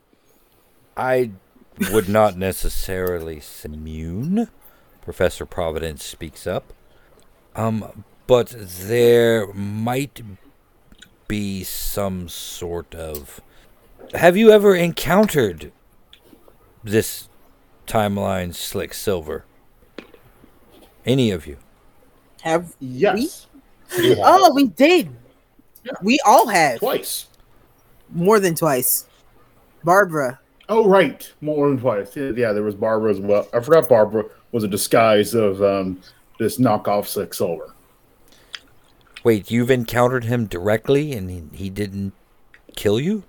I would not necessarily say immune. Professor Providence speaks up. Um, but there might be some sort of. Have you ever encountered this timeline slick silver? Any of you?
Have
Yes.
You have.
oh, we did. We all have
Twice.
more than twice. Barbara,
Oh right. More than twice. Yeah, yeah, there was Barbara as well. I forgot Barbara was a disguise of um this knockoff six silver.
Wait, you've encountered him directly and he, he didn't kill you?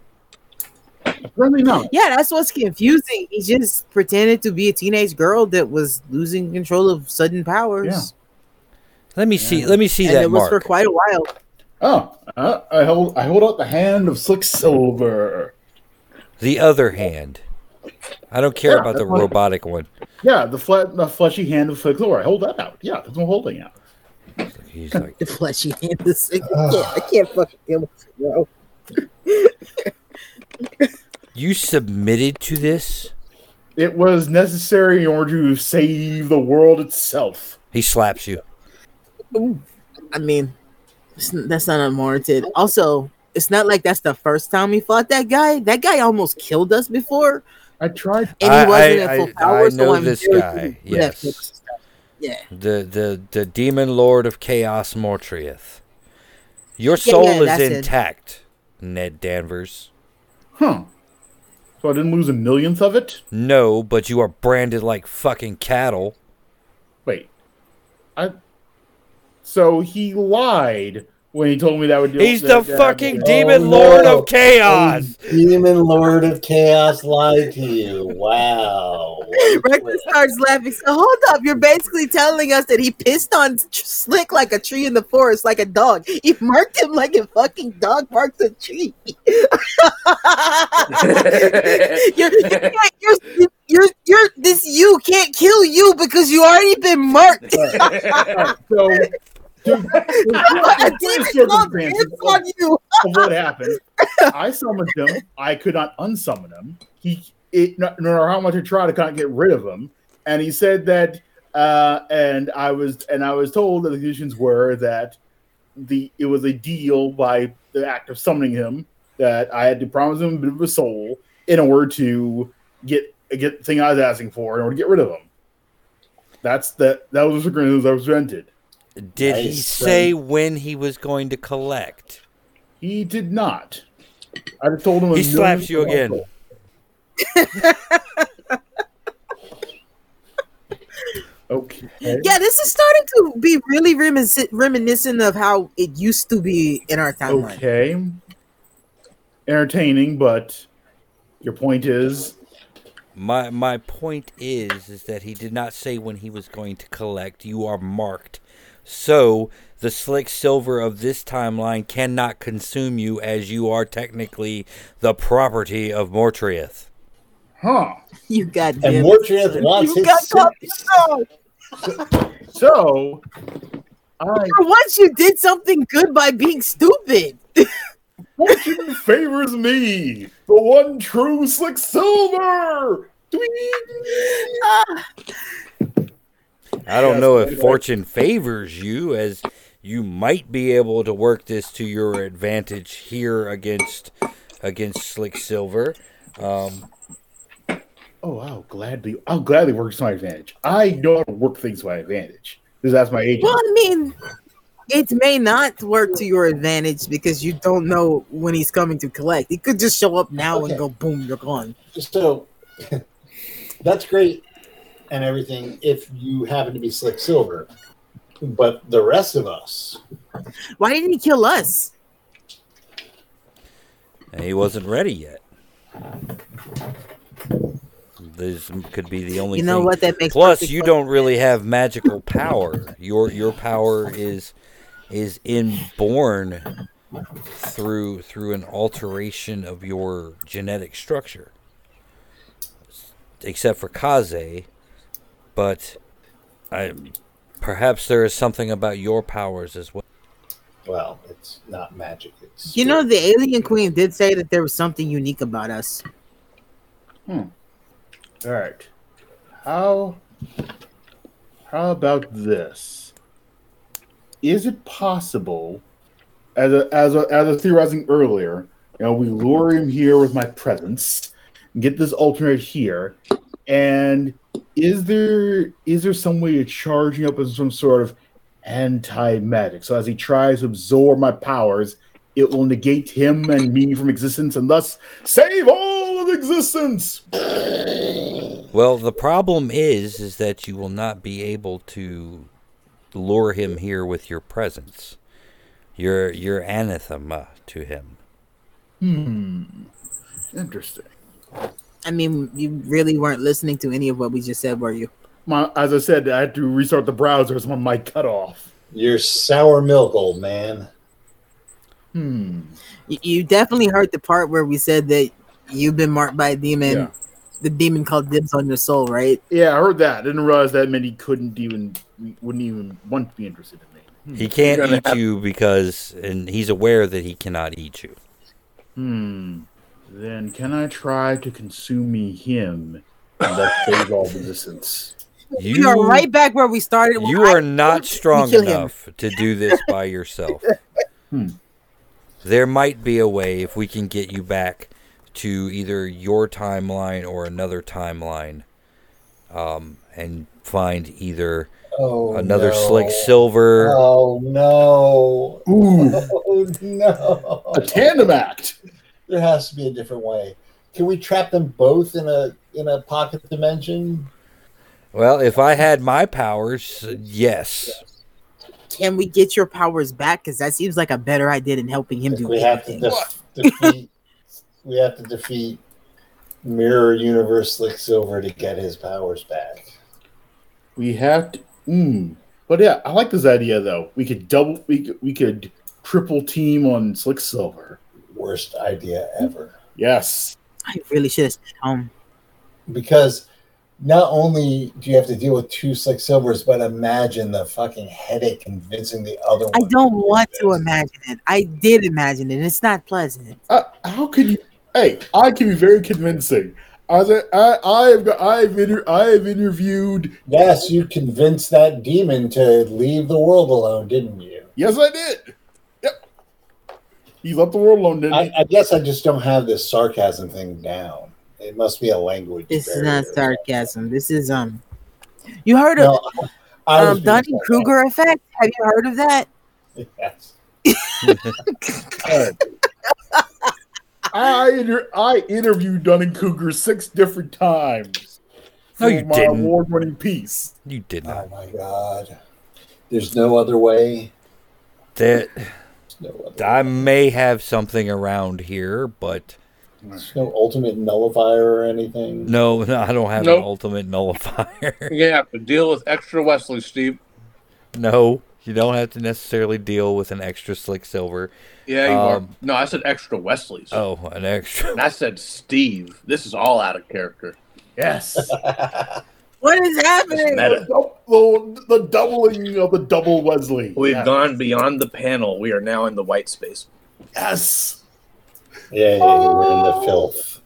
Apparently not.
Yeah, that's what's confusing. He just pretended to be a teenage girl that was losing control of sudden powers.
Let me see. Let me see
And
that
it was
mark.
for quite a while.
Oh, uh, I hold I hold out the hand of slick silver.
The other hand. I don't care
Yeah,
about the
that's what-
robotic one.
Yeah, the flat, the fleshy hand of the glory. Hold that out. Yeah, that's what I'm holding out.
He's like,
The fleshy hand. is- I can't, I can't fucking deal with it, bro.
You submitted to this?
It was necessary in order to save the world itself.
He slaps you.
I mean, it's, n- that's not unwarranted. Also, it's not like that's the first time we fought that guy. That guy almost killed us before,
I tried.
and
I-
he wasn't
I-
at full
I-
power.
I know
so I'm
this
very
guy,
confused with
yes.
that fix stuff. Yeah.
The the the demon lord of chaos Mortrieth. Your
Yeah,
soul
yeah, that's
is
it.
intact, Ned Danvers.
Huh. So I didn't lose a millionth of it.
No, but you are branded like fucking cattle.
Wait. I. So he lied when he told me that would. do-
He's the
that- that-
fucking
that-
demon
Oh,
lord
no.
of
oh,
chaos.
A Oh, demon lord of chaos lied to you. Wow. What a
Rector
twist.
starts laughing. So hold up, you're basically telling us that he pissed on Tr- Slick like a tree in the forest, like a dog. He marked him like a fucking dog marks a tree. you're, you can't, you're, you're, you're, this you can't kill you because you already been marked.
So. Dude,
a demon dog
circumstances
pissed on you.
of what happened. I summoned him. I could not unsummon him. He, it, no, no matter how much I tried, I couldn't get rid of him. And he said that, uh, and I was, and I was told that the conditions were that the it was a deal by the act of summoning him that I had to promise him a bit of a soul in order to get get the thing I was asking for in order to get rid of him. That's the that was the agreement that was rented.
Did he
Nice,
say when he was going to collect?
He did not. I just told him a
He
million
slaps you again.
soul. Okay.
Yeah, this is starting to be really reminiscent, reminiscent of how it used to be in our timeline.
Okay. Entertaining, but your point is
My my point is is that he did not say when he was going to collect. You are marked. So the slick silver of this timeline cannot consume you as you are technically the property of Mortrieth.
Huh.
You got
And
dibs.
Mortrieth wants
You
his
got caught.
six.
No.
So I
For once, you did something good by being stupid.
fortune favors me, the one true slick silver. Dwee!
I don't
Yes,
know
right.
if fortune favors you as you might be able to work this to your advantage here against against Slick Silver. Um,
Oh, I'll gladly, I'll gladly work to my advantage. I know how to work things to my advantage. Because that's my agent.
Well, I mean, it may not work to your advantage because you don't know when he's coming to collect. He could just show up now
Okay.
and go boom, you're gone.
So that's great and everything if you happen to be Slick Silver. But the rest of us,
Why didn't he kill us?
and he wasn't ready yet. This could be the only
You know
thing
what? That makes
Plus,
perfect
you
fucking
don't really have magical power. Your your power is is inborn through through an alteration of your genetic structure. Except for Kaze, but I, perhaps there is something about your powers as well.
well, it's not magic. It's
You know, the alien queen did say that there was something unique about us.
All right. How how about this? Is it possible as a, as a, as I was theorizing earlier, you know, we lure him here with my presence, get this alternate here, and is there is there some way of charging up as some sort of anti-magic? So as he tries to absorb my powers, it will negate him and me from existence, and thus save all of existence.
Well, the problem is is that you will not be able to lure him here with your presence. You're you're anathema to him.
Hmm. Interesting.
I mean, you really weren't listening to any of what we just said, were you?
My, as I said, I had to restart the browser as my mic cut off.
You're sour milk, old man.
Hmm.
You, you definitely heard the part where we said that you've been marked by a demon.
Yeah.
The demon called dibs on your soul, right?
Yeah, I heard that. I didn't realize that many couldn't even wouldn't even want to be interested in me.
He can't
gonna
eat you because, and he's aware that he cannot eat you.
Hmm. Then can I try to consume me him and thus save all resistance?
You
we are right back where we started. when
You
I-
are not strong
kill him.
enough to do this by yourself.
Hmm.
There might be a way if we can get you back to either your timeline or another timeline, um, and find either
Oh,
another
no.
slick silver.
Oh no!
Ooh,
Oh no!
a tandem act.
There has to be a different way. Can we trap them both in a in a pocket dimension?
Well, if I had my powers, yes.
Can we get your powers back? Because that seems like a better idea than helping him
If
do
we have to
anything.
def- defeat. We have to defeat Mirror Universe Slick Silver to get his powers back.
We have to. Mm. But yeah, I like this idea though. We could double. We could, we could triple team on Slick Silver.
Worst idea ever.
Yes.
I really should have stayed home.
Because not only do you have to deal with two Slick Silvers, but imagine the fucking headache convincing the other one.
I don't want to
this.
imagine it. I did imagine it. It's not pleasant.
Uh, how could you? Hey, I can be very convincing. I said, I, I've got, I've inter- I've interviewed.
Yes, you convinced that demon to leave the world alone, didn't you?
Yes, I did. Yep. He left the world alone, didn't
I,
he?
I guess I just don't have this sarcasm thing down. It must be a language.
This is
barrier.
not sarcasm. This is um. You heard of
No, I was
um,
being
Dunning Kruger effect? Have you heard of that?
sarcastic. Yes. Oh,
I inter- I interviewed Dunning Cougar six different times.
No,
for
you
my
didn't.
Award-winning piece.
You did
Oh
not.
my god. There's no other way.
That
There's no other.
I may have something around here, but
There's no ultimate nullifier or anything.
No, no I don't have
Nope.
an ultimate nullifier.
You have to deal with extra Wesley, Steve.
no, you don't have to necessarily deal with an extra slick silver.
Yeah, you
Um,
are. No, I said extra Wesleys.
Oh, an extra.
And I said Steve. This is all out of character.
Yes.
What is happening?
Meta.
the, the doubling of the double Wesley.
We've
Yeah.
gone beyond the panel. We are now in the white space.
Yes.
Yeah, we're in the filth.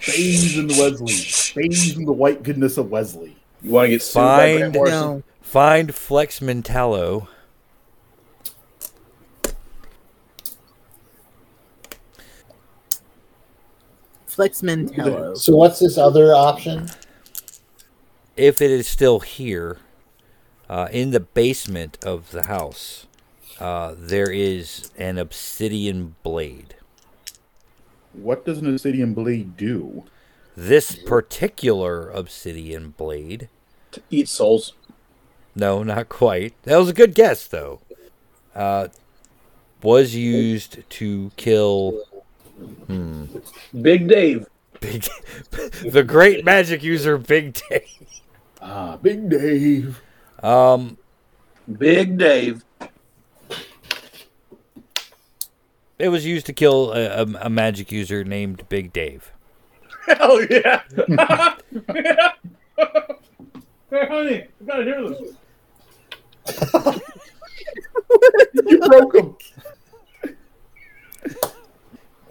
Things in the Wesley. Things in the white goodness of Wesley.
You want to get sued by
Find-
Grant Morrison?
No.
Find Flexman Tallow.
Flexman Tallow.
So what's this other option?
if it is still here, uh, in the basement of the house, uh, there is an obsidian blade.
What does an obsidian blade do?
This particular obsidian blade,
To eat souls.
no, not quite. That was a good guess, though. Uh, was used to kill
Big Dave.
Big, the great magic user Big Day.
Ah, Big Dave.
Um,
Big Dave.
it was used to kill a, a, a magic user named Big Dave.
Hell Oh, yeah. Hey, honey, I gotta hear this.
You broke him.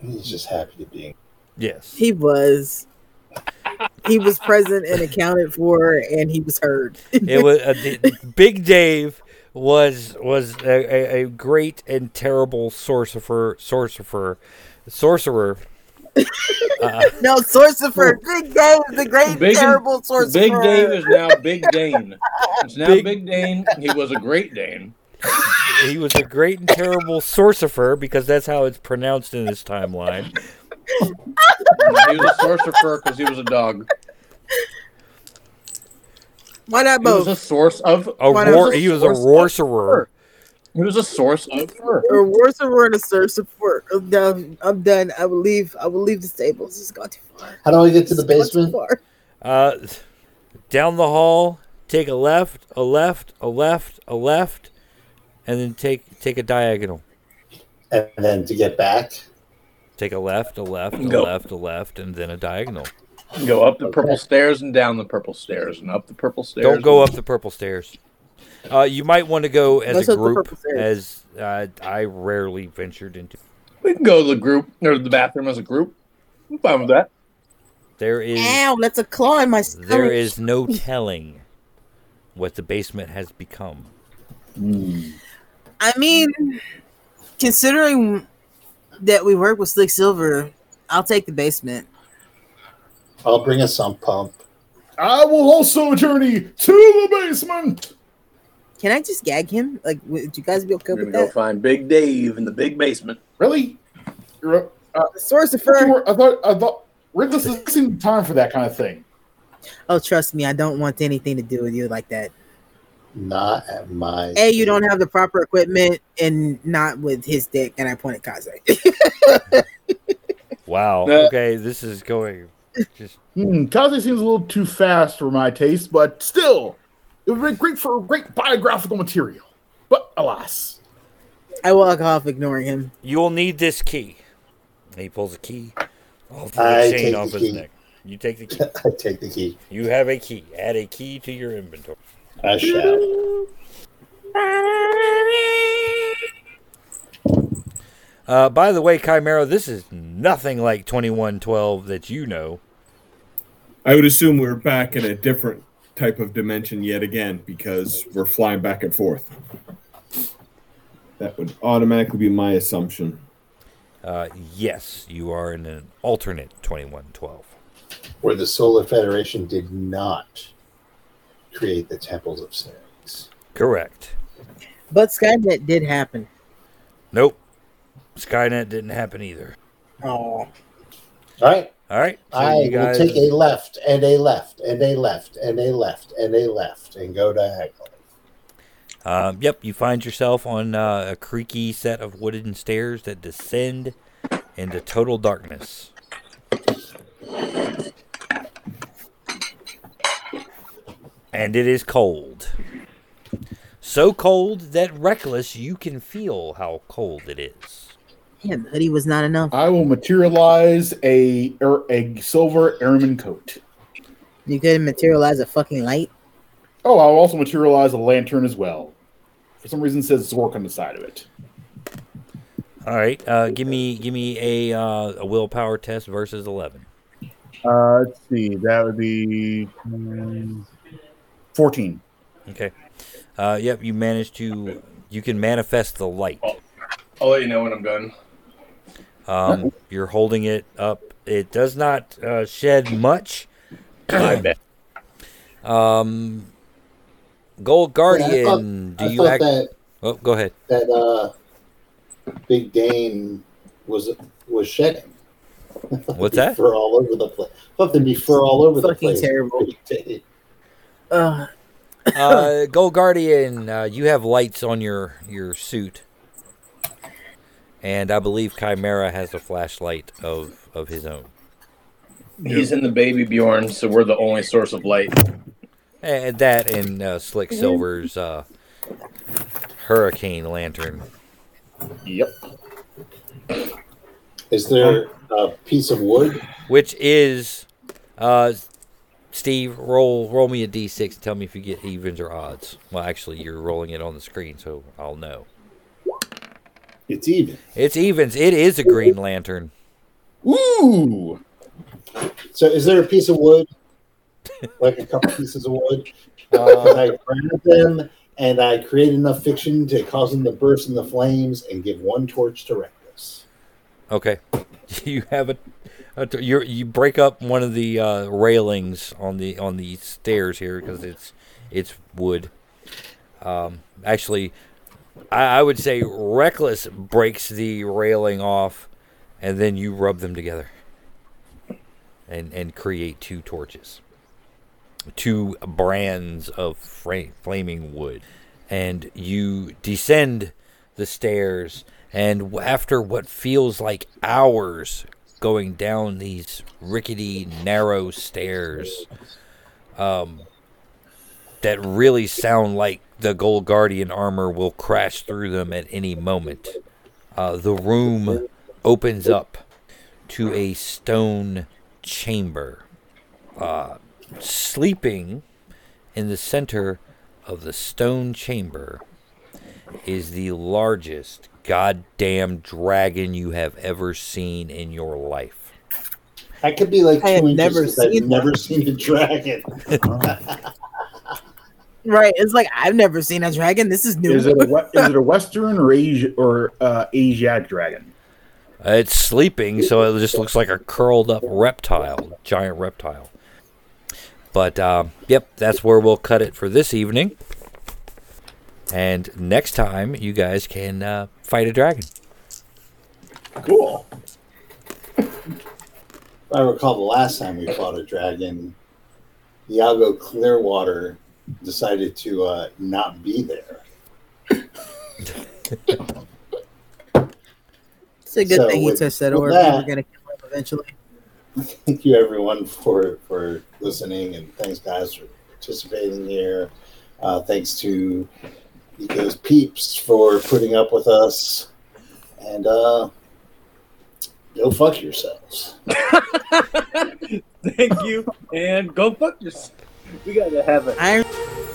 He's just happy to be.
Yes.
He was. He was present and accounted for, and he was heard.
it was uh, the, Big Dave was was a, a, a great and terrible sorcerer sorcerer sorcerer.
no, Sorcerer. Big Dave is the great,
Big-
terrible Sorcerer.
Big Dave is now Big Dane. It's now
Big-
Big, Dane. He was a Great Dane.
He was a great and terrible sorcerer because that's how it's pronounced in this timeline.
He was a sorcerer because he was a dog.
Why not
He was a
both?
source of. oh,
A
Why not
roar,
a
he was a sorcerer.
He was a source of fur.
Or Sorcerer and a Sorcerer. I'm done. I'm done. I will leave. I will leave this table. This has gone too far.
How do I get to the
This has gone too
basement?
far.
Uh, down the hall, take a left, a left, a left, a left, and then take take a diagonal.
And then to get back,
Take a left, a left, a
Go.
left, a left, and then a diagonal.
Go up the purple stairs and down the purple stairs and up the purple stairs.
Don't go up the purple stairs. Uh, you might want to go as
Let's
a
up the purple
group,
stairs.
as uh, I rarely ventured into.
We can go to the group or the bathroom as a group. I'm fine with that.
There is
Ow! That's a claw in my stomach.
there is no telling what the basement has become.
I mean, considering that we work with Slick Silver, I'll take the basement.
I'll bring a sump pump.
I will also journey to the basement.
Can I just gag him? Like, would you guys be okay
We're gonna
with
go
that?
find Big Dave in the big basement.
Really? You're, uh,
Sorcerer.
I thought, I thought, Rick, this isn't time for that kind of thing.
Oh, trust me, I don't want anything to do with you like that.
Not at my.
A, you don't have the proper equipment, and not with his dick. And I point at Kaze.
Wow.
Uh,
okay, this is going. Just
Hmm, Kaze seems a little too fast for my taste, but still, it would be great for great biographical material. But alas,
I walk off, ignoring him.
you will need this key. And he pulls a key off the
I take
chain
the
off his
key.
neck. You take the key.
I take the key.
You have a key. Add a key to your inventory.
I shall.
Uh, by the way, Chimera, this is nothing like twenty one twelve that you know.
I would assume we're back in a different type of dimension yet again because we're flying back and forth. That would automatically be my assumption.
Uh, yes, you are in an alternate 2112.
Where the Solar Federation did not create the temples of Ceres.
Correct.
But Skynet did happen.
Nope. Skynet didn't happen either.
Oh,
All right.
All right. so
I
you guys-
will take a left and a left and a left and a left and a left and go diagonally.
Um, yep, you find yourself on uh, a creaky set of wooden stairs that descend into total darkness. and it is cold. So cold that reckless, you can feel how cold it is.
Damn, the hoodie was not enough.
I will materialize a er, a silver airman coat.
You couldn't materialize a fucking light.
Oh, I'll also materialize a lantern as well. For some reason, it says Zork on the side of it.
All right, uh, give me give me a uh, a willpower test versus eleven.
Uh, let's see. That would be um, fourteen.
Okay. Uh, yep, you managed to you can manifest the light.
I'll let you know when I'm done.
Um, you're holding it up. It does not uh, shed much.
I bet.
Um, Gold Guardian,
I
do you
thought
act?
that
Oh, go ahead.
that uh, Big Dane was was shedding.
What's
There'd be
that?
Fur all over the place. Thought there'd be fur all over the
Fucking
place.
terrible.
Big Dane.
Uh,
Uh, Gold Guardian, uh, you have lights on your your suit, and I believe Chimera has a flashlight of of his own.
He's in the baby Bjorn, so we're the only source of light.
And that and uh, Slick
Mm-hmm.
Silver's uh, hurricane lantern.
Yep.
Is there a piece of wood?
which is uh Steve roll roll me a d6 and tell me if you get evens or odds. Well, actually you're rolling it on the screen so I'll know.
It's even.
It's evens. It is a green lantern.
Ooh.
So, is there a piece of wood? Like a couple pieces of wood? Uh, I grabbed them and I create enough fiction to cause them to burst in the flames and give one torch to Reckless.
Okay. You have a, a you you break up one of the uh, railings on the on the stairs here because it's it's wood. Um, actually, I, I would say reckless breaks the railing off, and then you rub them together, and and create two torches, two brands of fra- flaming wood, and you descend the stairs and w- after what feels like hours going down these rickety narrow stairs um, that really sound like the gold guardian armor will crash through them at any moment uh, the room opens up to a stone chamber uh, sleeping in the center of the stone chamber is the largest goddamn dragon you have ever seen in your life.
I could be like two
I had
inches
never
'cause I've
seen
never seen a dragon.
right. It's like I've never seen a dragon. This is new.
Is it a, we- is it a Western or Asia or uh, Asiatic dragon?
Uh, It's sleeping, so it just looks like a curled up reptile, giant reptile. But uh, yep, that's where we'll cut it for this evening. And next time, you guys can uh, fight a dragon.
Cool.
If I recall the last time we fought a dragon, Iago Clearwater decided to uh, not be there.
It's a good
So
thing he
with-
touched that
with
orb.
that-
We're gonna kill him eventually.
Thank you, everyone, for for listening, and thanks, guys, for participating here. Uh, thanks to those peeps for putting up with us, and uh, go fuck yourselves.
Thank you, and go fuck yourself. We gotta have a
Iron